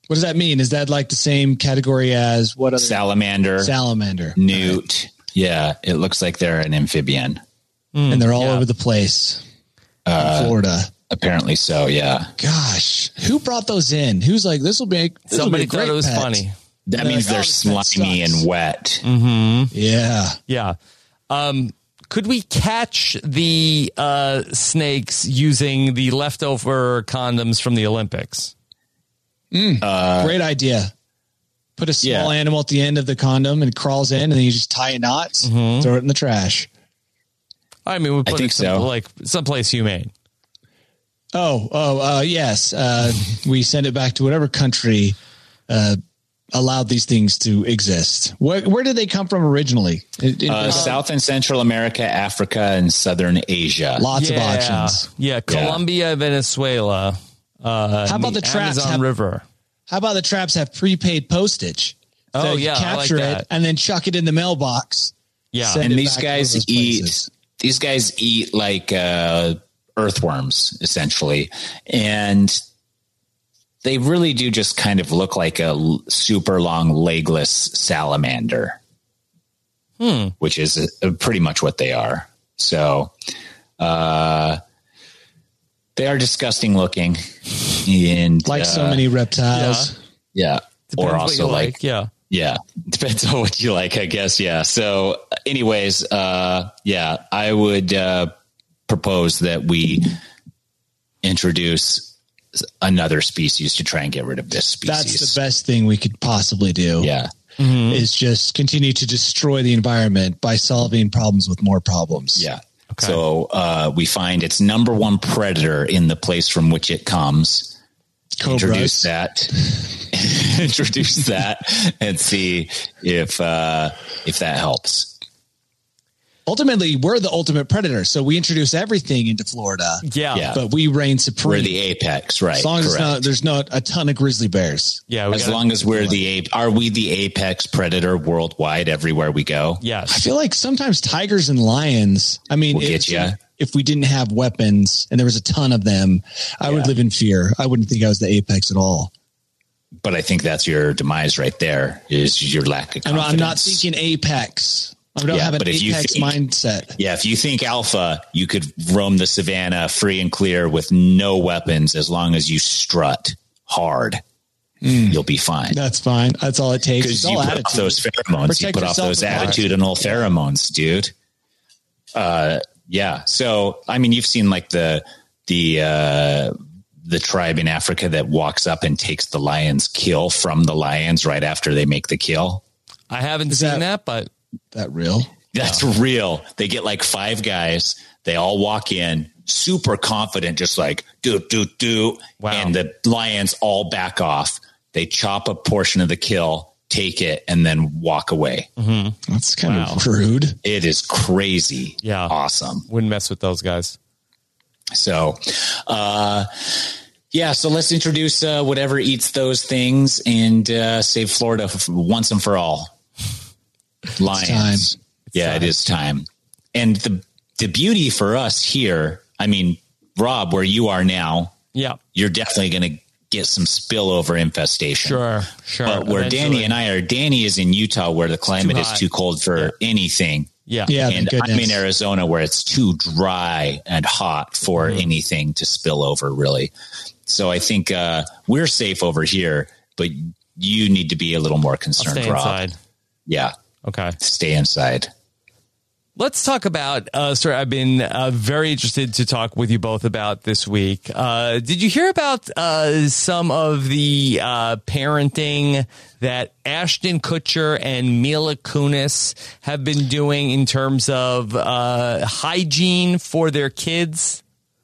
E: What does that mean? Is that like the same category as what other
F: Salamander,
E: salamander?
F: newt. Yeah, it looks like they're an amphibian.
B: Hmm.
E: and they're all over the place. Uh, Florida.
F: Apparently so. Yeah.
E: Gosh, who brought those in? Who's like, this will be this will be
B: Somebody
E: a great
B: thought it was
E: pet.
B: funny.
F: That
E: They're like,
F: means they're
E: oh, this pet
F: slimy
E: sucks. Mm-hmm.
F: and wet.
E: Yeah.
B: Yeah. Um, could we catch the uh, snakes using the leftover condoms from the Olympics?
E: Great idea. Put a small
F: Yeah.
E: animal at the end of the condom and it crawls in, and then you just tie a knot,
B: Mm-hmm.
E: throw it in the trash.
B: I mean, we put
F: think
B: it some,
F: so.
B: like someplace humane.
E: Oh, oh, uh, yes.
B: *laughs*
E: Uh, we send it back to whatever country uh, allowed these things to exist. Where, where did they come from originally? It- it-
F: Uh, South and Central America, Africa, and Southern Asia.
E: lots
B: yeah.
E: of options.
B: Yeah, Colombia, Venezuela. Uh,
E: How
B: and
E: about the traps
B: Amazon
E: have-
B: River?
E: How about the traps have prepaid postage?
B: Oh,
E: you
B: yeah, I like
E: capture
B: that.
E: it and then chuck it in the mailbox.
B: Yeah.
E: Send
F: and
E: it
F: these
E: back to
F: guys
E: those
F: eat
E: places.
F: these guys eat like uh, earthworms essentially and they really do just kind of look like a l- super long legless salamander
B: Hmm.
F: which is uh pretty much what they are so uh, they are disgusting looking and
E: like so
F: uh,
E: many reptiles.
F: yeah
B: Depends
F: or
B: what
F: also
B: you
F: like
B: yeah.
F: yeah, *laughs* depends on what you like, I guess. Yeah. So, anyways, uh, yeah, I would uh, propose that we introduce another species to try and get rid of this species.
E: That's the best thing we could possibly do.
F: Yeah,
E: Is just continue to destroy the environment by solving problems with more problems.
F: yeah. So uh, we find its number one predator in the place from which it comes.
E: Cobras.
F: Introduce that. *laughs* introduce that, and see if uh, if that helps.
E: Ultimately, we're the ultimate predator. So we introduce everything into Florida,
B: Yeah.
F: Yeah.
E: but we reign supreme.
F: We're the apex, right?
E: as long as
F: correct.
E: not, there's not a ton of grizzly bears.
B: Yeah, we
F: as
B: gotta-
F: long as we're the ape, are we the apex predator worldwide everywhere we go?
E: I
B: Yes.
E: feel like sometimes tigers and lions. I mean,
F: We'll
E: if,
F: get ya.
E: if we didn't have weapons and there was a ton of them, I would live in fear. I wouldn't think I was the apex at all.
F: But I think that's your demise right there is your lack of
E: I'm,
F: confidence.
E: I'm not thinking apex. I don't
F: Yeah,
E: have an
F: but if you
E: apex
F: think-
E: mindset.
F: Yeah, if you think alpha, you could roam the savannah free and clear with no weapons as long as you strut hard.
E: Hmm.
F: You'll be fine.
E: That's fine. That's all it takes. It's
F: Because you
E: all
F: put
E: attitude.
F: off those pheromones. you
E: Protect
F: put off
E: yourself
F: those
E: from that.
F: attitudinal pheromones, dude. Uh, yeah. So I mean, you've seen like the the uh, the tribe in Africa that walks up and takes the lion's kill from the lions right after they make the kill.
B: I haven't seen that, but
E: that real?
F: That's real. They get like five guys. They all walk in super confident, just like do do do.
B: Wow.
F: And the lions all back off. They chop a portion of the kill, take it, and then walk away.
E: That's kind of rude.
F: It is crazy.
B: Yeah.
F: Awesome.
B: wouldn't mess with those guys.
F: So, uh, yeah, so let's introduce uh, whatever eats those things and uh, save Florida f- once and for all. Lions.
E: time.
F: yeah, it is time. And the the beauty for us here, I mean, Rob, where you are now,
B: Yeah.
F: you're definitely going to get some spillover infestation.
B: Sure. Sure.
F: But where Danny and I are, Danny is in Utah where the climate
B: too
F: is
B: hot.
F: too cold for anything
B: Yeah.
E: Yeah,
F: and
E: thank goodness.
F: I'm in Arizona where it's too dry and hot for anything to spill over, really. So I think uh, we're safe over here, but you need to be a little more concerned,
B: Stay
F: Rob.
B: inside.
F: Yeah,
B: Okay.
F: stay inside.
B: Let's talk about, uh, sir, I've been uh, very interested to talk with you both about this week. Uh, did you hear about uh, some of the uh, parenting that Ashton Kutcher and Mila Kunis have been doing in terms of uh, hygiene for their kids?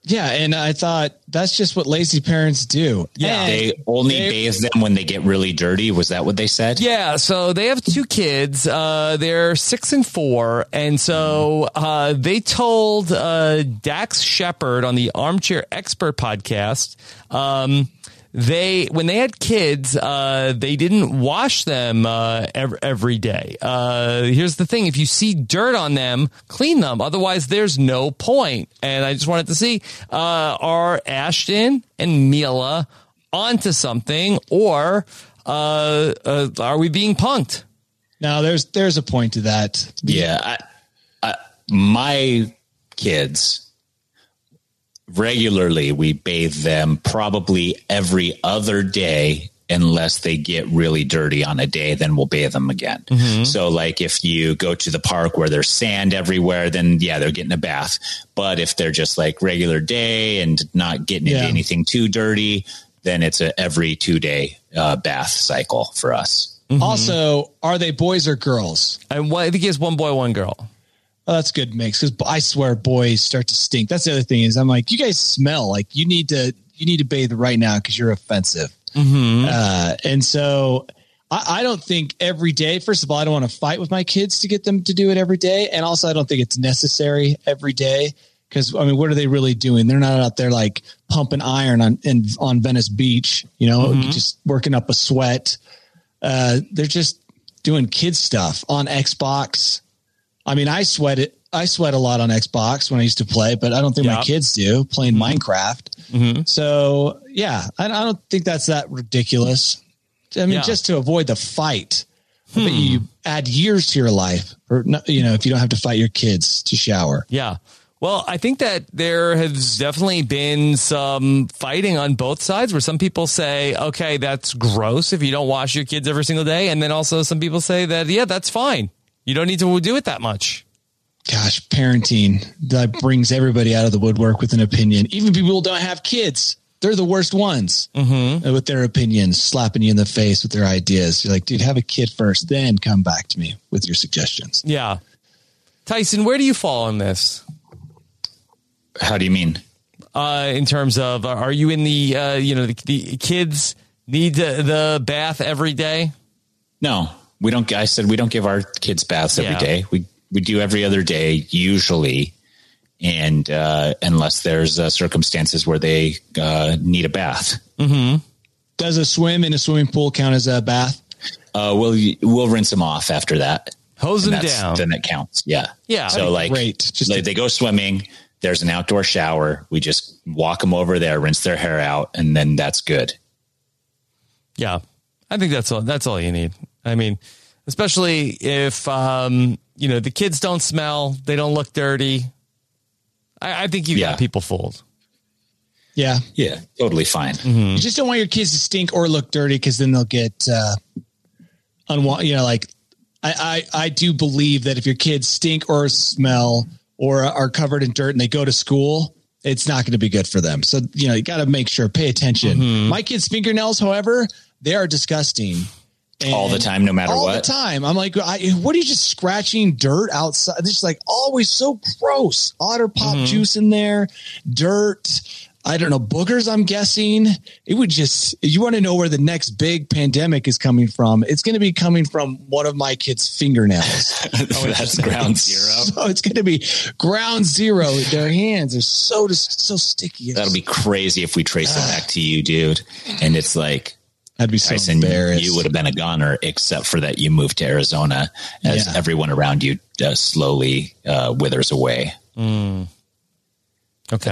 E: Yeah, and I thought that's just what lazy parents do. And
F: They only
E: they-
F: bathe them when they get really dirty. Was that what they said?
B: Yeah, so they have two kids. Uh, they're six and four, and so uh, they told uh, Dax Shepard on the Armchair Expert podcast um, they when they had kids, uh, they didn't wash them uh, ev- every day. Uh, here's the thing: if you see dirt on them, clean them. Otherwise, there's no point. And I just wanted to see uh, are Ashton and Mila onto something, or uh, uh, are we being punked?
E: No, there's there's a point to that.
F: Yeah, I, I, my kids regularly we bathe them probably every other day unless they get really dirty on a day then we'll bathe them again so like if you go to the park where there's sand everywhere then yeah they're getting a bath but if they're just like regular day and not getting into
E: Yeah.
F: anything too dirty then it's a every two day uh, bath cycle for us
E: Also, are they boys or girls?
B: And what, I think he has one boy, one girl.
E: Oh, that's a good mix because I swear boys start to stink. That's the other thing is I'm like, you guys smell like you need to you need to bathe right now because you're offensive. Uh, and so I, I don't think every day. First of all, I don't want to fight with my kids to get them to do it every day, and also I don't think it's necessary every day because I mean, what are they really doing? They're not out there like pumping iron on in, on Venice Beach, you know, just working up a sweat. Uh, they're just doing kid stuff on Xbox. I mean, I sweat it. I sweat a lot on Xbox when I used to play, but I don't think my
B: Yep.
E: kids do playing Minecraft. So yeah, I, I don't think that's that ridiculous. I mean,
B: Yeah.
E: just to avoid the fight, I bet you add years to your life, or no- you know, if you don't have to fight your kids to shower.
B: Yeah. Well, I think that there has definitely been some fighting on both sides where some people say, okay, that's gross if you don't wash your kids every single day. And then also some people say that, yeah, that's fine. You don't need to do it that much.
E: Gosh, parenting that brings everybody out of the woodwork with an opinion. Even people who don't have kids, they're the worst ones uh, with their opinions, slapping you in the face with their ideas. You're like, dude, have a kid first, then come back to me with your suggestions.
B: Yeah. Tyson, where do you fall on this?
F: how do you mean
B: Uh, in terms of, uh, are you in the, uh, you know, the, the kids need the, the bath every day?
F: No, we don't. I said we don't give our kids baths every
B: Yeah.
F: day. We we do every other day usually, and uh, unless there's uh, circumstances where they uh, need a bath,
E: Does a swim in a swimming pool count as a bath?
F: uh, we'll we'll rinse them off after that.
B: Hose
F: And
B: them
F: that's-
B: down.
F: Then it counts. Yeah.
B: Yeah.
F: So like,
E: Great. Just
F: like, they go swimming. There's an outdoor shower. We just walk them over there, rinse their hair out, and then that's good.
B: Yeah, I think that's all. That's all you need. I mean, especially if um, you know the kids don't smell, they don't look dirty. I, I think you
F: Yeah.
B: got people fooled.
E: yeah.
F: Yeah, totally fine.
B: Mm-hmm.
E: You just don't want your kids to stink or look dirty because then they'll get uh, unwanted. You know, like I, I, I do believe that if your kids stink or smell or are covered in dirt and they go to school, it's not going to be good for them. So you know, you got to make sure pay attention.
F: Mm-hmm.
E: My kids' fingernails, however, they are disgusting.
F: All the
E: And-
F: time, no matter
E: all
F: what.
E: the time. I'm like, I, what are you just scratching dirt outside? It's like always so gross. Otter pop
F: Mm-hmm.
E: juice in there, dirt. I don't know boogers. I'm guessing it would just. You want to know where the next big pandemic is coming from? It's going to be coming from one of my kids' fingernails.
F: *laughs* *laughs*
B: Oh,
F: that's
B: *laughs*
F: ground zero.
E: *laughs* so it's going to be ground zero. Their hands are so just so sticky.
F: That'll be crazy if we trace it back to you, dude. And it's like
E: I'd be so
F: Tyson,
E: embarrassed.
F: you would have been a goner, except for that you moved to Arizona as
E: Yeah.
F: everyone around you uh, slowly uh, withers away.
B: Okay.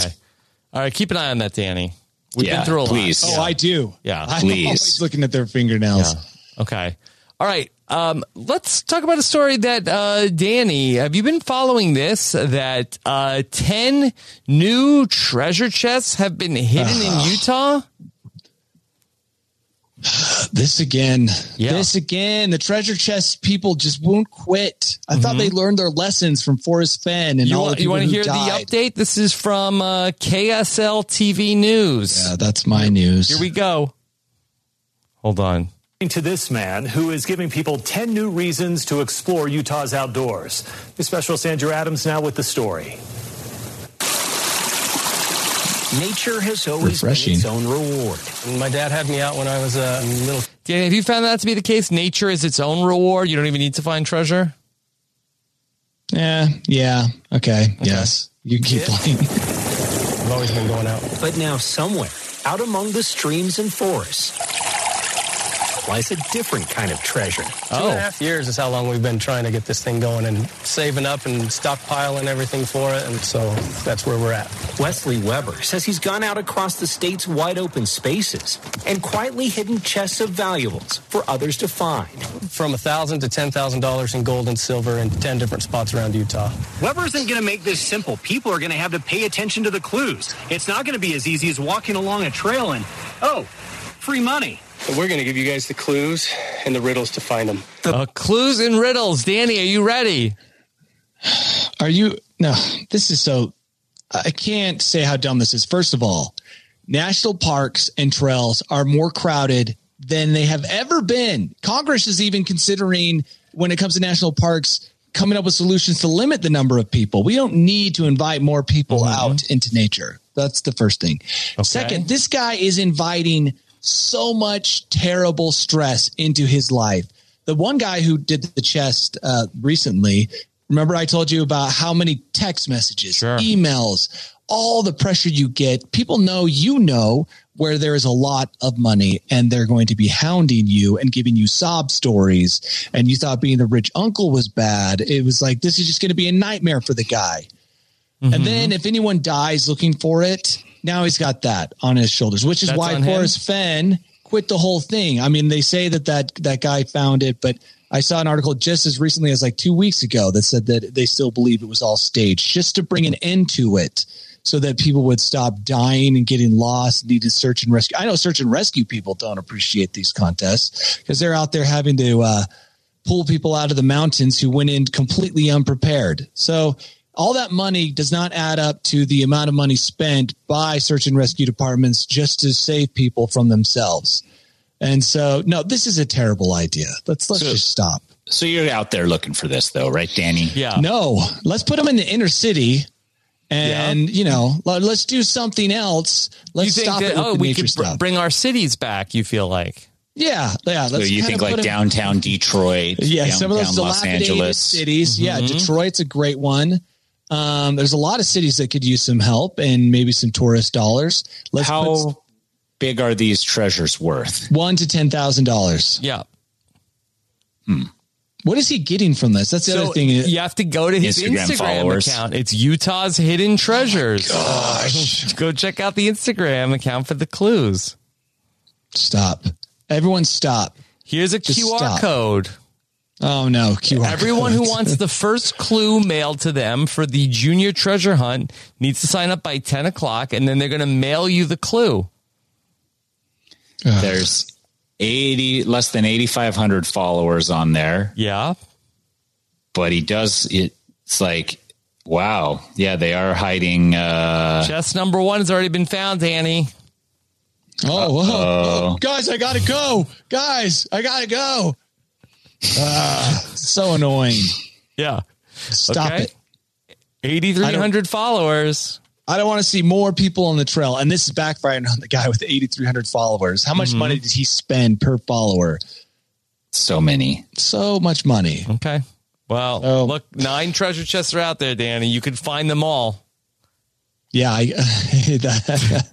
B: all right. Keep an eye on that, Danny. We've
F: Yeah,
B: been through a
F: please.
B: lot.
E: Oh, I do.
B: Yeah,
E: I'm
F: please.
E: always looking at their fingernails.
B: Okay. All right. Um, let's talk about a story that uh, Danny. Have you been following this? That uh, ten new treasure chests have been hidden in Utah.
E: this again.
B: Yeah.
E: This again. The treasure chest people just won't quit. I thought they learned their lessons from Forrest Fenn and
B: Mm-hmm. You,
E: all
B: wa-
E: the
B: you
E: want to
B: hear the update? This is from uh, KSL TV News.
E: Yeah, that's my news.
B: Here we go. Hold on.
H: to this man who is giving people 10 new reasons to explore Utah's outdoors. The special Sandra Adams now with the story.
C: Nature has always
E: Refreshing.
C: been its own reward.
H: My dad had me out when I was a little
B: Danny, have you found that to be the case? Nature is its own reward. You don't even need to find treasure.
E: Yeah. Yeah. Okay. Yes. You can keep playing. *laughs*
H: I've always been going out.
C: But now somewhere
I: out among the streams and forests lies a different kind of treasure.
J: Two
B: Oh.
J: and a half years is how long we've been trying to get this thing going and saving up and stockpiling everything for it. And so that's where we're at.
I: Wesley Weber says he's gone out across the state's wide open spaces and quietly hidden chests of valuables for others to find.
J: From a thousand to ten thousand dollars in gold and silver in ten different spots around Utah.
K: Weber isn't going to make this simple. People are going to have to pay attention to the clues. It's not going to be as easy as walking along a trail and, oh, free money.
J: But we're going to give you guys the clues and the riddles to find them.
B: Uh, clues and riddles. Danny, are you ready?
E: Are you? No, this is so. I can't say how dumb this is. First of all, national parks and trails are more crowded than they have ever been. Congress is even considering, when it comes to national parks, coming up with solutions to limit the number of people. We don't need to invite more people out into nature. That's the first thing. Second, this guy is inviting so much terrible stress into his life. The one guy who did the chest uh, recently, remember I told you about how many text messages, emails, all the pressure you get. People know you know where there is a lot of money and they're going to be hounding you and giving you sob stories. And you thought being the rich uncle was bad. It was like, this is just going to be a nightmare for the guy.
B: Mm-hmm.
E: And then if anyone dies looking for it, now he's got that on his shoulders, which is
B: That's
E: why
B: on him?
E: Forrest Fenn quit the whole thing. I mean, they say that, that that guy found it, but I saw an article just as recently as like two weeks ago that said that they still believe it was all staged just to bring an end to it so that people would stop dying and getting lost, needed search and rescue. I know search and rescue people don't appreciate these contests because they're out there having to uh, pull people out of the mountains who went in completely unprepared. So all that money does not add up to the amount of money spent by search and rescue departments just to save people from themselves. And so, no, this is a terrible idea. Let's let's just stop.
F: So you're out there looking for this, though, right, Danny?
B: Yeah.
E: No, let's put them in the inner city, and you know, let- let's do something else. Let's
B: you think
E: stop
B: that,
E: it with
B: oh,
E: the
B: we
E: nature
B: could br-
E: stuff.
B: bring our cities back, you feel like?
E: yeah, yeah.
F: So you
E: kinda
F: think like
E: put 'em-
F: downtown Detroit,
E: Yeah, some of those
F: downtown Los
E: dilapidated
F: Angeles
E: cities. Yeah,
B: Mm-hmm.
F: Mhm.
E: Detroit's a great one. Um, there's a lot of cities that could use some help and maybe some tourist dollars. Let's
F: How
E: put
F: big are these treasures worth?
E: one to ten thousand dollars.
B: Yeah.
E: What is he getting from this? That's the other thing.
B: You have to go to his
E: Instagram
B: Instagram,
E: followers. Oh
B: account. It's Utah's Hidden Treasures. *laughs* go check out the Instagram account for the clues.
E: Stop. Everyone stop.
B: Here's a
E: Just
B: QR
E: stop.
B: code.
E: Oh no, QR.
B: Everyone who
E: *laughs* codes.
B: wants the first clue mailed to them for the junior treasure hunt needs to sign up by 10 o'clock and then they're going to mail you the clue.
F: There's eighty less than eighty five hundred followers on there.
B: Yeah,
F: but he does. It, it's like wow, yeah, they are hiding. Uh,
B: Chest number one has already been found, Danny.
E: Oh, whoa.
F: Uh-oh.
E: guys, I gotta go. Guys, I gotta go. Ah, so annoying.
B: Yeah.
E: Stop
B: Okay.
E: it.
B: 8,300 followers.
E: I don't want to see more people on the trail. And this is backfiring on the guy with 8,300 followers. How much
B: Mhm.
E: money did he spend per follower?
F: So many.
E: So much money.
B: Okay. Well, look, nine treasure chests are out there, Danny. You can find them all.
E: Yeah. I, *laughs* that-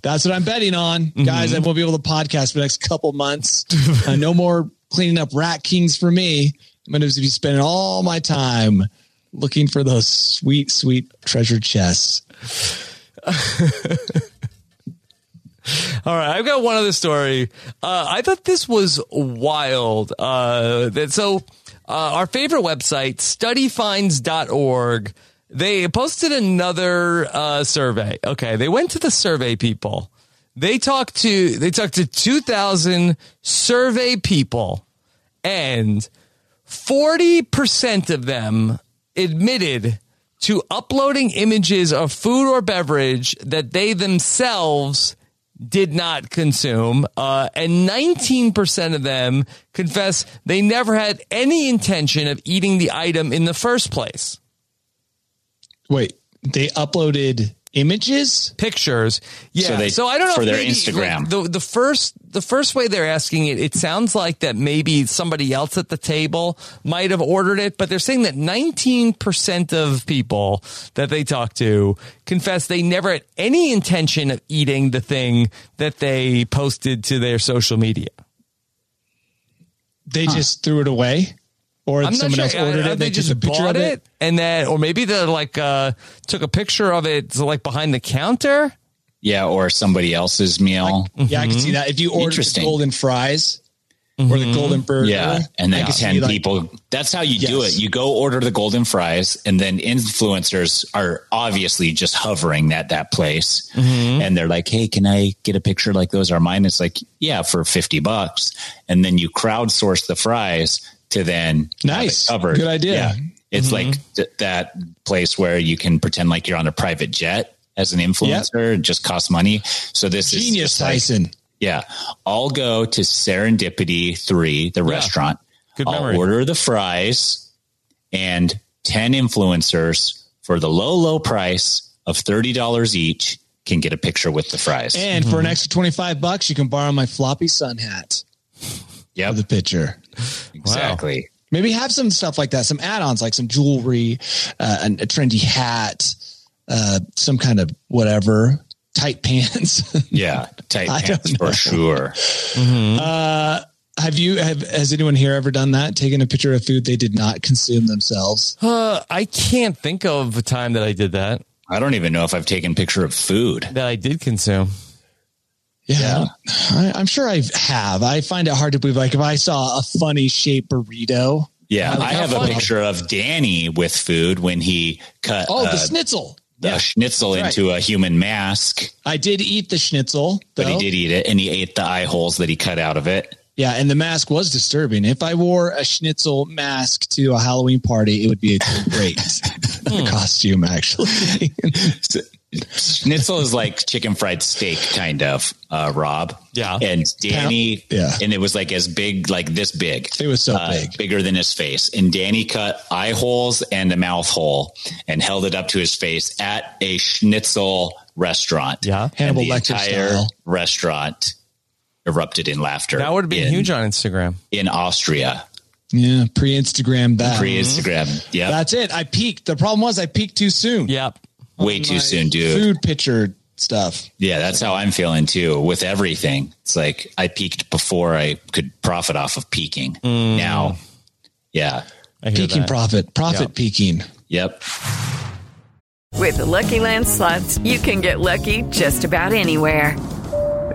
E: that's what I'm betting on.
B: Mm-hmm.
E: Guys, I won't be able to podcast for the next couple months. uh, no more cleaning up rat kings for me. I'm going to be spending all my time looking for those sweet, sweet treasure chests.
B: All right, I've got one other story. Uh, I thought this was wild. Uh, that so, uh, our favorite website, studyfinds.org, they posted another uh, survey. Okay, they went to the survey people. They talked to they talked to two thousand survey people, and forty percent of them admitted to uploading images of food or beverage that they themselves did not consume. Uh, and 19% of them confess they never had any intention of eating the item in the first place.
E: Wait, they uploaded images,
B: pictures. Yeah. So, I don't know
F: for
B: if
F: their
B: maybe,
F: Instagram.
B: like, the the first the first way they're asking it, it sounds like that maybe somebody else at the table might have ordered it, but they're saying that 19% of people that they talk to confess they never had any intention of eating the thing that they posted to their social media.
E: they just threw it away, or
B: I'm not
E: someone
B: sure.
E: else ordered
B: Uh,
E: it.
B: They,
E: took
B: just
E: a picture
B: bought
E: of
B: it, and then, or maybe they like uh, took a picture of it, so, like behind the counter.
F: Yeah, or somebody else's meal.
E: Yeah, I can see that. If you ordered the
F: Mm-hmm. Interesting. Mm-hmm.
E: golden fries or the golden burger,
F: Yeah, and
E: I
F: then
E: can see,
F: ten
E: like,
F: people. That's how you do
E: Yes.
F: it. You go order the golden fries, and then influencers are obviously just hovering at that place,
E: Mm-hmm.
F: and they're like, "Hey, can I get a picture like those are mine?" It's like, "Yeah, for fifty bucks," and then you crowdsource the fries to then have it
E: Nice.
F: covered.
E: Good idea.
F: Yeah. It's
E: Mhm.
F: like th- that place where you can pretend like you're on a private jet as an influencer. It just costs money. So this is
E: Genius,
F: just like- Mm-hmm.
E: Tyson.
F: yeah. I'll go to Serendipity 3, the restaurant.
B: Good
F: I'll
B: memory.
F: order the fries and 10 influencers for the low, low price of $30 each can get a picture with the fries.
E: And for an extra 25 bucks, you can borrow my floppy sun hat.
F: Yeah.
E: The picture.
F: Exactly.
E: Maybe have some stuff like that, some add ons, like some jewelry, uh, an, a trendy hat, uh, some kind of whatever, tight pants. *laughs*
F: Yeah. Tight
E: I
F: pants
E: don't know.
F: for sure.
E: Uh, have you, have, has anyone here ever done that? Taken a picture of food they did not consume themselves?
B: Uh, I can't think of a time that I did that.
F: I don't even know if I've taken picture of food
B: that I did consume.
E: Yeah. I, I'm sure I have. I find it hard to believe. Like if I saw a funny shaped burrito.
F: Yeah.
E: How-
F: I
E: how
F: have a
E: funny.
F: picture of Danny with food when he cut
E: Oh,
F: uh,
E: the schnitzel.
F: the schnitzel
E: That's right.
F: into a human mask,
E: I did eat the schnitzel, though.
F: but he did eat it and he ate the eye holes that he cut out of it.
E: Yeah, and the mask was disturbing. If I wore a schnitzel mask to a Halloween party, it would be a great *laughs* costume, actually.
F: Schnitzel is like chicken fried steak, kind of, uh, Rob.
B: Yeah.
F: And Danny,
E: Yeah.
F: and it was like as big, like this big.
E: It was so
F: uh,
E: big.
F: Bigger than his face. And Danny cut eye holes and a mouth hole and held it up to his face at a schnitzel restaurant.
B: Yeah.
F: And
E: Hannibal
F: the
E: Lecter
F: entire
E: style.
F: restaurant erupted in laughter.
B: That would have been
F: in,
B: huge on Instagram.
F: In Austria,
E: Yeah, pre Instagram that.
F: pre Instagram. Yeah.
E: Um, That's it. I peaked. The problem was I peaked too soon.
B: Yep.
F: Way too soon, dude.
E: Food picture stuff.
F: Yeah, that's how I'm feeling too with everything. It's like I peaked before I could profit off of peaking.
B: Mm.
F: Now, yeah.
B: I hear
E: Peaking
B: that.
E: profit. Profit peaking.
F: Yep.
G: With the Lucky Land slots, you can get lucky just about anywhere.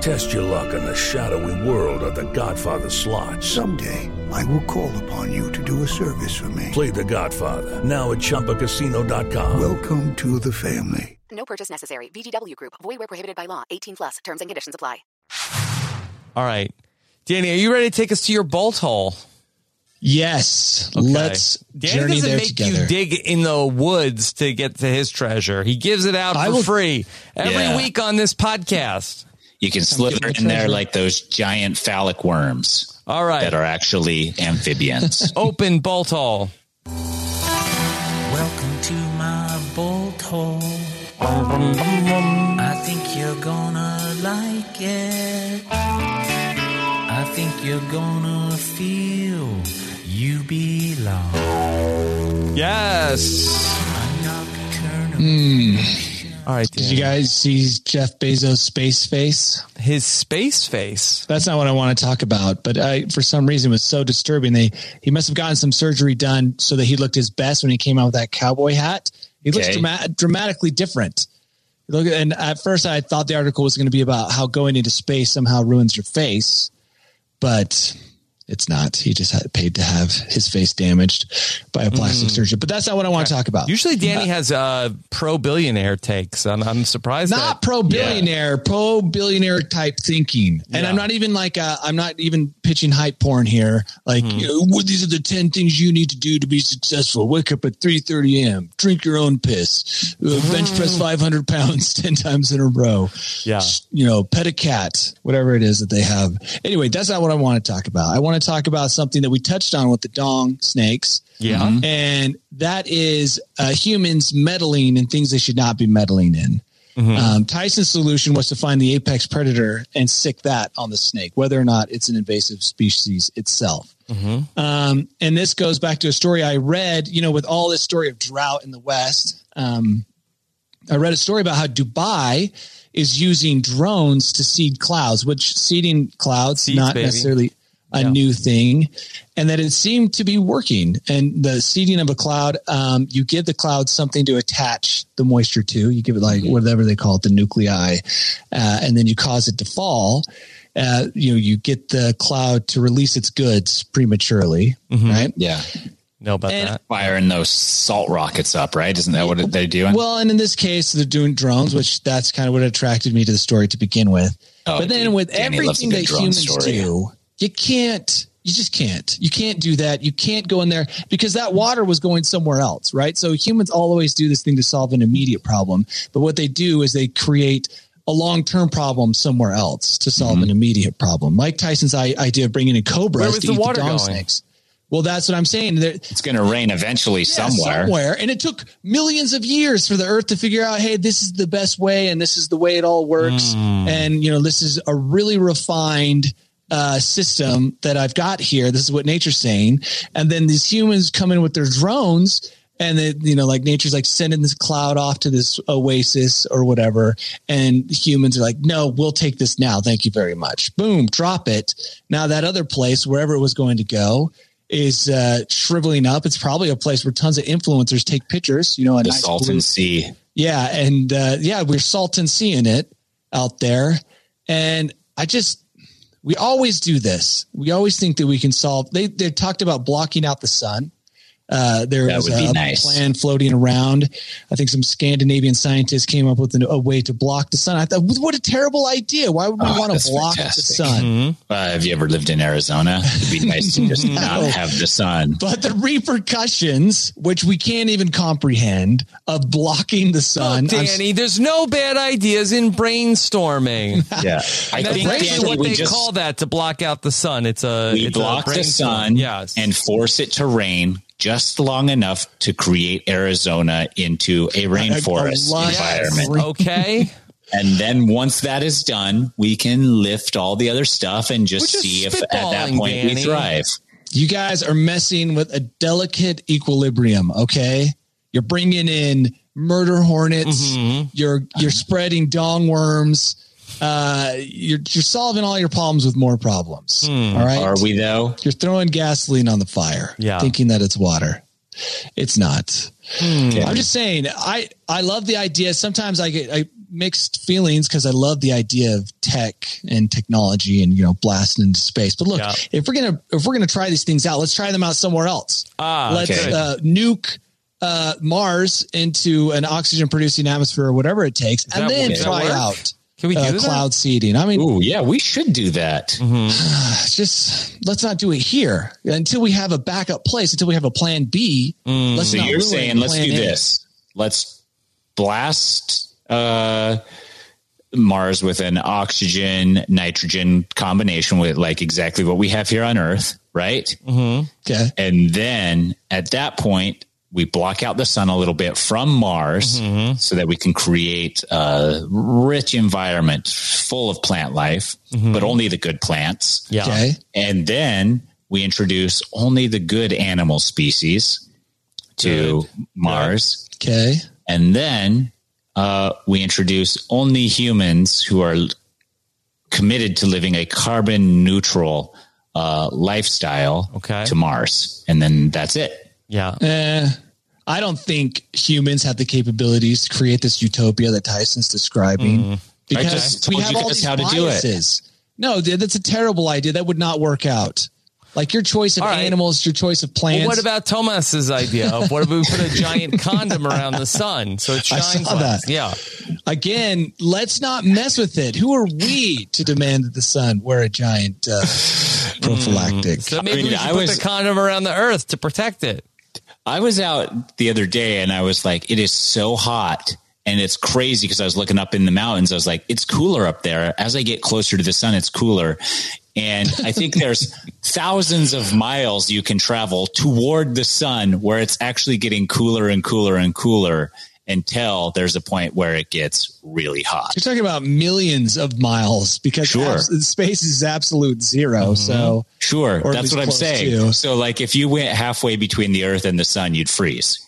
L: Test your luck in the shadowy world of The Godfather slot.
M: Someday, I will call upon you to do a service for me.
L: Play The Godfather now at ChumbaCasino.com.
M: Welcome to the family.
N: No purchase necessary. VGW Group. Void where prohibited by law. 18 plus. Terms and conditions apply.
B: All right. Danny, are you ready to take us to your bolt hole?
E: Yes. Let's
B: Danny
E: journey
B: doesn't
E: there
B: make
E: together.
B: you dig in the woods to get to his treasure. He gives it out for free every
F: Yeah.
B: week on this podcast.
F: You can slither in there like those giant phallic worms.
B: All right.
F: That are actually
B: *laughs*
F: amphibians.
B: Open bolt hole.
O: Welcome to my bolt hole. I think you're gonna like it. I think you're gonna feel you belong.
B: Yes. Hmm. All right.
E: Did you guys see Jeff Bezos' space face?
B: His space face.
E: That's not what I want to talk about, but I, for some reason, it was so disturbing. They he must have gotten some surgery done so that he looked his best when he came out with that cowboy hat. He looks
F: Okay.
E: drama- dramatically different. Look, and at first I thought the article was going to be about how going into space somehow ruins your face, but it's not. He just had paid to have his face damaged by a plastic
B: Mm.
E: surgeon. But that's not what I want to talk about.
B: Usually, Danny
E: Uh,
B: has uh, pro billionaire takes. I'm, I'm surprised.
E: not pro billionaire, pro billionaire type thinking. And
B: Yeah.
E: I'm not even like i I'm not even pitching hype porn here. Like you know, well, these are the ten things you need to do to be successful. Wake up at 3:30 a.m. Drink your own piss. Uh, Bench press 500 pounds *laughs* ten times in a row.
B: Yeah.
E: you know, pet a cat, whatever it is that they have. Anyway, that's not what I want to talk about. I want to talk about something that we touched on with the dong snakes.
B: Yeah.
E: And that is uh, humans meddling in things they should not be meddling in. Um, Tyson's solution was to find the apex predator and sick that on the snake, whether or not it's an invasive species itself. Um, and this goes back to a story I read, you know, with all this story of drought in the West. Um, I read a story about how Dubai is using drones to seed clouds, which seeding clouds,
B: Seeds,
E: not
B: baby.
E: necessarily a new thing, and that it seemed to be working. And the seeding of a cloud, um, you give the cloud something to attach the moisture to. You give it
B: Mm-hmm.
E: like whatever they call it, the nuclei, uh, and then you cause it to fall. Uh, you know, you get the cloud to release its goods prematurely, right?
F: Yeah.
B: Know Mm-hmm. about
F: that. Firing those salt rockets up, right? Isn't that what they're doing?
E: Well, and in this case, they're doing drones, which that's kind of what attracted me to the story to begin with.
F: Oh,
E: but then
F: dude,
E: with
F: Danny loves a
E: everything
F: good
E: that
F: drone
E: humans
F: story.
E: do, you can't. You just can't. You can't do that. You can't go in there because that water was going somewhere else, right? So humans always do this thing to solve an immediate problem, but what they do is they create a long-term problem somewhere else to solve an immediate problem. Mike Tyson's i- idea of bringing in cobras
F: Mm-hmm. Where was
E: to
F: the
E: eat
F: water
E: the dong
F: going?
E: snakes. Well, that's what I'm saying. There,
F: it's going to rain eventually
E: yeah,
F: somewhere.
E: And it took millions of years for the earth to figure out, hey, this is the best way and this is the way it all works. And, you know, this is a really refined uh, system that I've got here. This is what nature's saying. And then these humans come in with their drones and they, you know, like nature's like sending this cloud off to this oasis or whatever. And humans are like, no, we'll take this now. Thank you very much. Boom, drop it. Now that other place, wherever it was going to go, is uh, shriveling up. It's probably a place where tons of influencers take pictures. You know, a
F: the
E: nice
F: Salton
E: blue-
F: Sea.
E: yeah, and uh, yeah, we're salting seeing it out there, and I just we always do this. We always think that we can solve. They they talked about blocking out the sun. Uh, there
F: That
E: was
F: would be
E: a
F: nice.
E: plan floating around. I think some Scandinavian scientists came up with an, a way to block the sun. I thought, what a terrible idea! Why would we
F: Oh,
E: want
F: that's
E: to block the
F: fantastic.
E: sun?
F: Uh, have you ever lived in Arizona? It'd be nice
B: *laughs*
F: to just not
E: No.
F: have the sun.
E: But the repercussions, which we can't even comprehend, of blocking the sun. I'm s-
B: Oh, Danny, there's no bad ideas in
E: *laughs*
B: brainstorming. *laughs*
F: Yeah. I
B: I that's
F: think,
B: actually
F: Danny,
B: what
F: we
B: they
F: just-
B: call that to block out the sun. It's a
F: we
B: it's
F: block
B: a
F: the
B: brainstorm.
F: sun
B: Yes.
F: and force it to rain just long enough to create Arizona into a rainforest
B: lot- *laughs*
F: environment.
B: Okay.
F: And then once that is done, we can lift all the other stuff and just,
E: We're just
F: see if at that
E: spitballing,
F: point we
E: Danny.
F: thrive.
E: You guys are messing with a delicate equilibrium, okay? You're bringing in murder hornets. You're you're spreading dong worms. Uh, you're you're solving all your problems with more problems. All right,
F: Are we though?
E: You're throwing gasoline on the fire,
F: Yeah.
E: thinking that it's water. It's not.
F: Okay.
E: Hmm. I'm just saying. I I love the idea. Sometimes I get I mixed feelings because I love the idea of tech and technology and you know blasting into space. But look, if we're gonna if we're gonna try these things out, let's try them out somewhere else.
B: Ah,
E: let's
B: okay.
E: uh, nuke uh, Mars into an oxygen producing atmosphere or whatever it takes,
F: that-
E: and then
F: does that
E: try
F: work?
E: out.
B: Can we
E: uh,
B: do that?
E: cloud seeding? I mean,
F: Ooh, yeah, we should do that.
E: just let's not do it here until we have a backup place. Until we have a plan B.
B: Mm.
E: Let's
F: so
E: not
F: you're
E: ruin
F: saying let's
E: plan
F: do
E: A.
F: this. Let's blast uh, Mars with an oxygen nitrogen combination with like exactly what we have here on Earth, right?
B: Mm-hmm.
E: Okay.
F: And then at that point, we block out the sun a little bit from Mars
E: Mm-hmm.
F: so that we can create a rich environment full of plant life,
E: Mm-hmm.
F: but only the good plants.
B: Yeah.
E: Okay.
F: And then we introduce only the good animal species to Mars.
E: Okay.
F: And then uh, we introduce only humans who are committed to living a carbon neutral uh, lifestyle
B: okay.
F: to Mars. And then that's it.
B: Yeah.
E: Eh, I don't think humans have the capabilities to create this utopia that Tyson's describing
F: Mm. I
E: because
F: just
E: we
F: told
E: have
F: you
E: all
F: guys
E: these
F: how to do it.
E: biases. No, th- that's a terrible idea. That would not work out. Like your choice of animals, your choice of plants.
B: Well, what about Thomas's idea of what if we
E: *laughs*
B: put a giant condom around the sun so it
E: I
B: shines?
E: saw
B: less?
E: that.
B: Yeah.
E: Again, let's not mess with it. Who are we to demand that the sun wear a giant
F: *laughs*
E: uh,
F: Mm.
E: prophylactic?
B: So maybe we should put the condom around the earth to protect it.
F: I was out the other day and I was like, it is so hot and it's crazy because I was looking up in the mountains. I was like, it's cooler up there. As I get closer to the sun, it's cooler. And
E: *laughs*
F: I think there's thousands of miles you can travel toward the sun where it's actually getting cooler and cooler and cooler until there's a point where it gets really hot.
E: You're talking about millions of miles because
F: Sure. Mm-hmm.
E: abs- space is absolute 0 So
F: Sure,
E: or at
F: that's
E: least
F: what I'm
E: close
F: saying.
E: to.
F: So, like, if you went halfway between the Earth and the Sun, you'd freeze.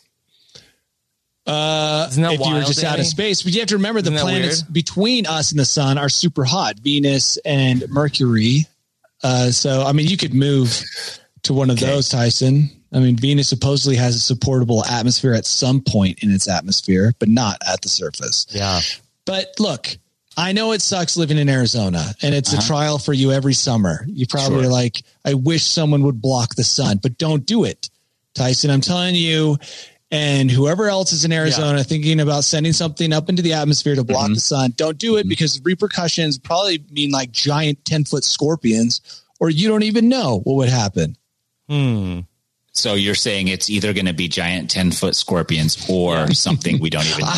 E: Uh,
B: that
E: if you were
B: wild,
E: just out of
B: Danny?
E: space, but you have to remember the
B: Isn't that
E: planets between us and the sun are super hot. Venus and Mercury. Uh, so I mean, you could move to one of those, Tyson. I mean, Venus supposedly has a supportable atmosphere at some point in its atmosphere, but not at the surface.
B: Yeah.
E: But look, I know it sucks living in Arizona, and it's
B: Uh-huh.
E: a trial for you every summer. You probably
F: Sure.
E: are like, I wish someone would block the sun, but don't do it, Tyson. I'm telling you, and whoever else is in Arizona thinking about sending something up into the atmosphere to
B: Mm-hmm.
E: block the sun, don't do it because repercussions probably mean like giant 10 foot scorpions, or you don't even know what would happen.
B: Hmm.
F: So you're saying it's either going to be giant ten foot scorpions or something we
E: *laughs*
F: don't even know.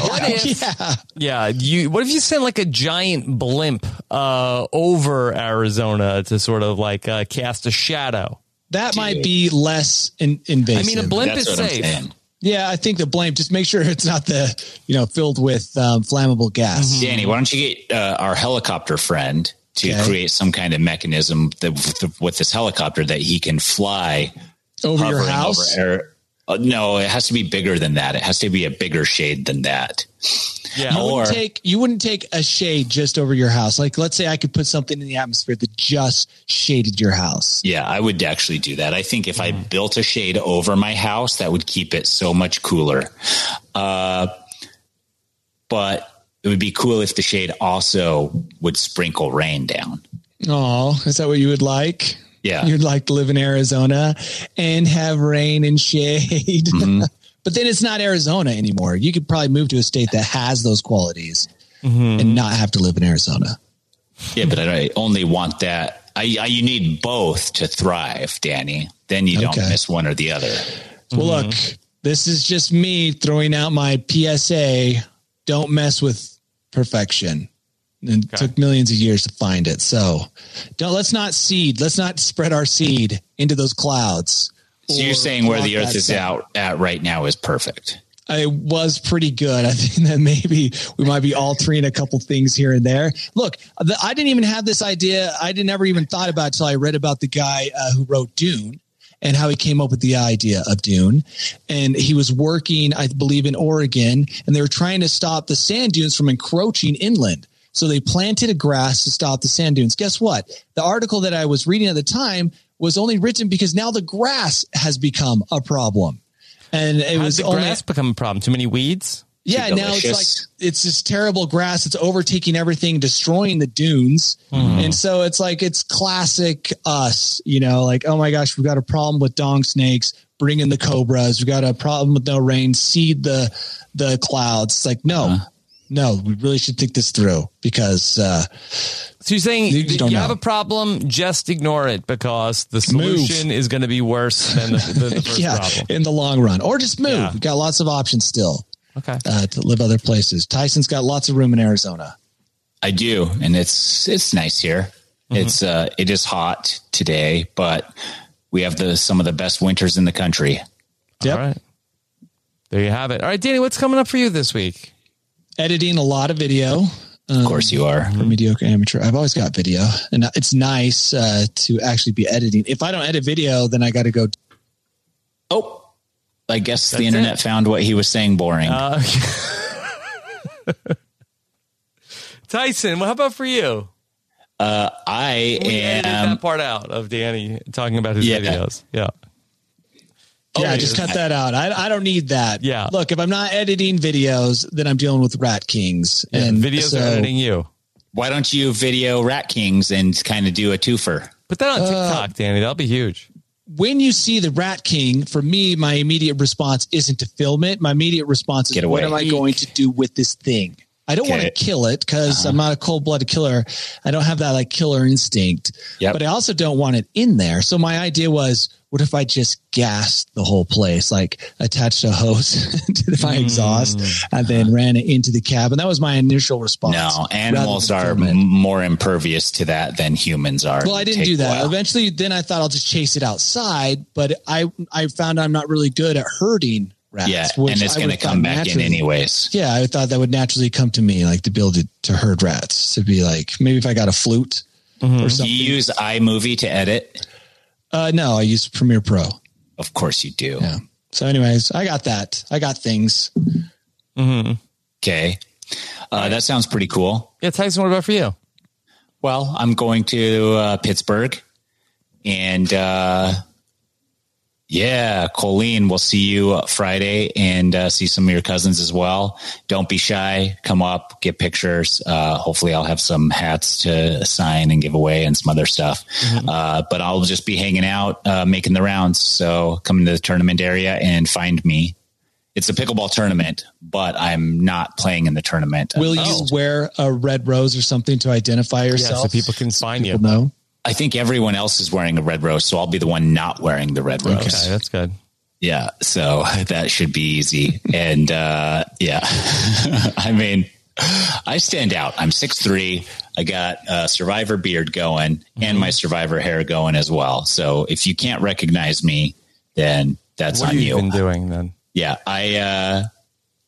E: *laughs*
F: about.
E: yeah.
B: *laughs* Yeah. You. What if you send like a giant blimp uh, over Arizona to sort of like uh, cast a shadow?
E: That might be less in- invasive.
B: I mean, a blimp That's is what I'm safe. saying.
E: Yeah, I think the blimp. Just make sure it's not the you know filled with um, flammable
B: Mm-hmm.
E: gas.
F: Danny, why don't you get uh, our helicopter friend to
E: Okay.
F: create some kind of mechanism that, with this helicopter that he can fly
E: Over your
F: hovering
E: house?
F: air- uh, no, it has to be bigger than that. It has to be a bigger shade than that.
B: Yeah,
E: you
F: or
E: wouldn't take you wouldn't take a shade just over your house. Like let's say I could put something in the atmosphere that just shaded your house.
F: yeah, I would actually do that. I think if I
E: Mm.
F: built a shade over my house, that would keep it so much cooler. Uh, but it would be cool if the shade also would sprinkle rain down.
E: Oh, is that what you would like?
F: Yeah.
E: You'd like to live in Arizona and have rain and shade.
F: Mm-hmm.
E: *laughs* but then it's not Arizona anymore. You could probably move to a state that has those qualities and not have to live in Arizona.
F: Yeah, but I only want that. I, I you need both to thrive, Danny. Then you don't
E: Okay.
F: miss one or the other.
E: Well,
F: Mm-hmm.
E: look, this is just me throwing out my PSA. Don't mess with perfection. And it took millions of years to find it. So don't let's not seed. Let's not spread our seed into those clouds.
F: So
E: Or
F: you're saying where
E: block
F: the earth
E: that
F: is
E: sun.
F: out at right now is perfect.
E: I was pretty good. I *laughs* think that maybe we might be altering a couple things here and there. Look, the, I didn't even have this idea. I didn't ever even thought about it until I read about the guy uh, who wrote Dune and how he came up with the idea of Dune. And he was working, I believe, in Oregon, and they were trying to stop the sand dunes from encroaching inland. So they planted a grass to stop the sand dunes. Guess what? The article that I was reading at the time was only written because now the grass has become a problem. And it
B: How
E: was
B: did the
E: only
B: grass become a problem? Too many weeds?
E: yeah,
B: Too
E: now
B: delicious?
E: it's like it's this terrible grass. It's overtaking everything, destroying the dunes,
B: Hmm.
E: and so it's like it's classic us. You know, like oh my gosh, we've got a problem with dong snakes. Bring in the cobras. We've got a problem with no rain. Seed the the clouds. It's like no, no, we really should think this through because uh,
B: So you're saying
E: You
B: you,
E: just don't
B: have
E: know.
B: a problem, just ignore it because the solution is going to be worse than the,
E: *laughs*
B: the, the first
E: yeah,
B: problem.
E: in the long run, or just move. We've got lots of options still.
B: Okay,
E: uh, to live other places. Tyson's got lots of room in Arizona.
F: I do, and it's it's nice here.
E: Mm-hmm.
F: It's uh it is hot today, but we have the some of the best winters in the country.
E: Yep.
B: All right. There you have it. All right, Danny, what's coming up for you this week?
E: editing a lot of video. of
F: course you are.
E: For mediocre amateur. I've always got video and it's nice uh, to actually be editing. If I don't edit video, then I got to go.
F: Oh, I guess
E: That's
F: the internet
E: it.
F: found what he was saying boring.
B: Uh, Tyson, well, how about for you?
F: Uh, I
E: Um,
B: we edited
F: am-
B: that part out of Danny talking about his
F: Yeah.
B: videos. Yeah.
E: Oh, yeah, just cut that out. I, I don't need that.
B: Yeah.
E: Look, if I'm not editing videos, then I'm dealing with rat kings. and so-
B: you.
F: Why don't you video Rat Kings and kind of do a twofer?
B: Put that on TikTok, Danny. That'll be huge.
E: When you see the Rat King, for me, my immediate response isn't to film it. My immediate response is,
F: Get
E: what
F: away.
E: am I going to do with this thing? I don't
F: Get
E: want to
F: it.
E: kill it because I'm not a cold blooded killer. I don't have that like killer instinct, but I also don't want it in there. So my idea was, what if I just gassed the whole place, like attached a hose *laughs* to my exhaust and then ran it into the cabin? That was my initial response.
F: Mm. Uh-huh. No,
E: rather
F: animals
E: than
F: are
E: film it.
F: m- more impervious to that than humans are.
E: Well, I
F: It
E: didn't
F: take
E: do
F: a
E: that.
F: while.
E: Eventually, then I thought I'll just chase it outside, but I I found I'm not really good at herding rats.
F: Yeah,
E: which
F: and it's
E: I
F: going to
E: would thought
F: come back in
E: naturally-
F: anyways.
E: Yeah, I thought that would naturally come to me, like the ability to herd rats. To be like, maybe if I got a flute or
F: Do
E: something.
F: you use iMovie to edit?
E: Uh, no, I use Premiere Pro.
F: Of course you do.
E: Yeah. So, anyways, I got that. I got things.
B: Mm-hmm.
F: Okay. Uh, that sounds pretty cool.
B: Yeah, Tyson, what about for you?
F: Well, I'm going to uh, Pittsburgh. And uh, yeah, Colleen, we'll see you uh, Friday and uh, see some of your cousins as well. Don't be shy. Come up, get pictures. Uh, hopefully, I'll have some hats to sign and give away and some other stuff. Uh, but I'll just be hanging out, uh, making the rounds. So come into the tournament area and find me. It's a pickleball tournament, but I'm not playing in the tournament.
E: Will you wear a red rose or something to identify yourself?
B: can find
E: People know.
F: I think everyone else is wearing a red rose, so I'll be the one not wearing the red rose.
B: Okay, that's good.
F: Yeah, so *laughs* that should be easy. and uh, yeah, *laughs* I mean, I stand out. I'm six three. I got a survivor beard going
B: Mm-hmm.
F: and my survivor hair going as well. So if you can't recognize me, then that's
B: what
F: on
B: have
F: you.
B: been doing then?
F: Yeah, I uh,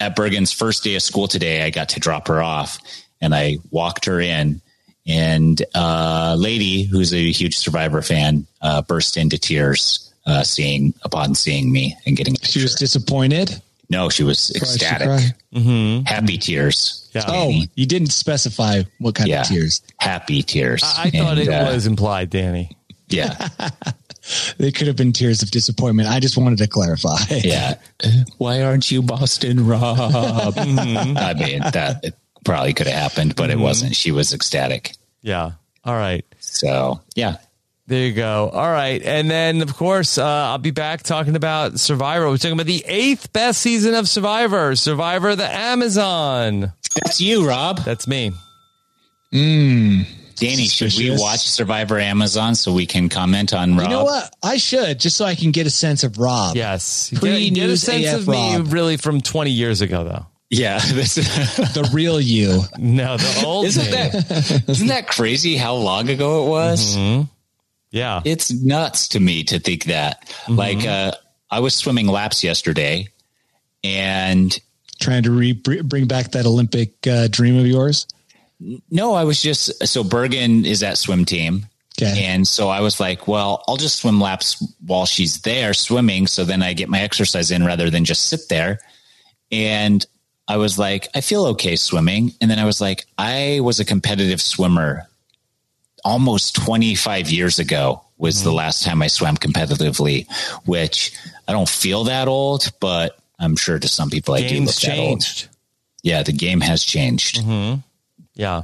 F: at Bergen's first day of school today, I got to drop her off, and I walked her in, and uh, lady who's a huge Survivor fan uh, burst into tears uh, seeing upon seeing me and getting.
E: She was disappointed.
F: No, she was
E: Why did she
F: ecstatic,
E: cry?
F: happy tears.
E: Oh, you didn't specify what kind
F: Yeah.
E: of tears.
F: happy tears.
B: I, I thought
F: And,
B: it
F: uh,
B: was implied, Danny. *laughs*
F: Yeah,
E: They could have been tears of disappointment. I just wanted to clarify.
F: yeah. Why aren't you Boston Rob? *laughs* I mean, that it probably could have happened, but
E: Mm-hmm.
F: it wasn't. She was ecstatic.
B: Yeah. All right.
F: So yeah.
B: There you go. All right. And then, of course, uh, I'll be back talking about Survivor. We're talking about the eighth best season of Survivor, Survivor the Amazon.
F: That's you, Rob.
B: That's me.
F: Danny, should we
E: Suspicious.
F: watch Survivor Amazon so we can comment on Rob?
E: You know what? I should just so I can get a sense of Rob.
B: Yes.
E: Pre
B: Get- get a
E: news
B: sense
E: AF
B: of
E: Rob,
B: me really from 20 years ago, though.
F: *laughs* Yeah, this
E: the real you.
B: No, the old
F: isn't
B: me.
F: that isn't that crazy? How long ago it was?
B: Yeah.
F: Mm-hmm. It's nuts to me to think that. Like, uh, I was swimming laps yesterday, and
E: Trying to re- br- bring back that Olympic uh, dream of yours.
F: no, I was just so Bergen is at swim team.
E: Okay.
F: And so I was like, well, I'll just swim laps while she's there swimming. So then I get my exercise in rather than just sit there. And I was like, I feel okay swimming. And then I was like, I was a competitive swimmer almost 25 years ago was
B: Mm-hmm.
F: the last time I swam competitively, which I don't feel that old, but I'm sure to some people I do look
B: Game's
F: that old.
B: changed.
F: Yeah, the game has changed.
B: Yeah.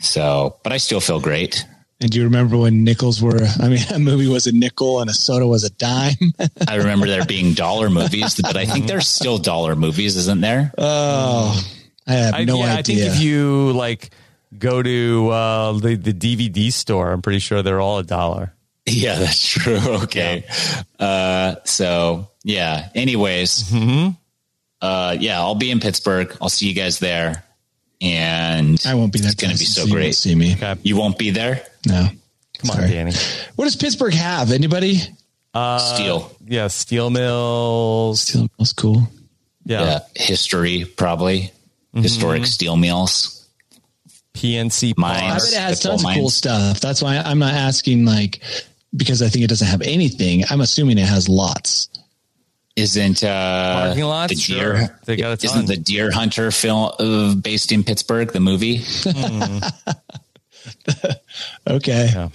F: So, but I still feel great.
E: And do you remember when nickels were? I mean, *laughs* a movie was a nickel and a soda was a dime. *laughs*
F: I remember there being dollar movies, but I think there's still dollar movies, isn't there?
E: Oh, I have
B: I,
E: no
B: yeah, I
E: idea.
B: think if you like go to uh, the, the DVD store, I'm pretty sure they're all a dollar.
F: Yeah, that's
E: *laughs*
F: true. Okay. Uh, so yeah. Anyways,
E: Mm-hmm.
F: uh, yeah, I'll be in Pittsburgh. I'll see you guys there, and
E: I won't be there.
F: It's gonna be
E: guys,
F: so
E: you won't
F: great.
E: See me?
F: You won't be there.
E: No.
B: Come on,
E: Sorry.
B: Danny.
E: What does Pittsburgh have? Anybody?
B: Uh,
F: Steel.
B: Yeah. Steel mills.
E: Still, that's cool.
B: Yeah.
F: Yeah, history probably
E: Mm-hmm.
F: historic steel mills.
B: PNC
F: Mine.
E: I
B: Mines.
E: bet it has
F: the coal
E: tons of cool
F: mines.
E: stuff. That's why I'm not asking like because I think it doesn't have anything. I'm assuming it has lots.
F: Isn't uh,
B: Parking lots?
F: the deer?
B: Sure. They got a ton.
F: Isn't the Deer Hunter film uh, based in Pittsburgh? The movie.
E: Okay.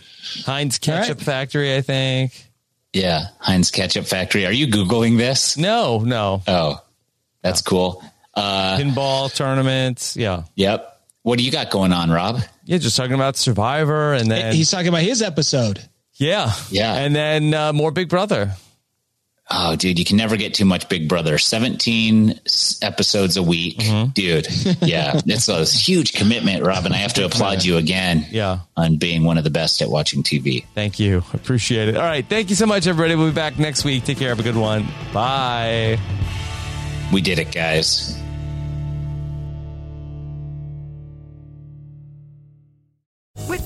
B: Heinz Ketchup Factory, I think.
F: Yeah, Heinz Ketchup Factory. Are you googling this?
B: No, no.
E: *laughs*
F: Oh, that's cool. Uh,
B: Pinball tournaments. Yeah.
F: Yep. What do you got going on, Rob?
B: Yeah, just talking about Survivor, and then
E: He's talking about his episode.
B: yeah,
F: Yeah.
B: and then uh, more Big Brother.
F: Oh, dude, you can never get too much Big Brother. 17 s- episodes a week.
B: Mm-hmm.
F: Dude, yeah, it's
B: *laughs*
F: a huge commitment, Rob. And I have to applaud you again
B: Yeah.
F: on being one of the best at watching TV.
B: Thank you. Appreciate it. All right. Thank you so much, everybody. We'll be back next week. Take care. Have a good one. Bye.
F: We did it, guys.
G: With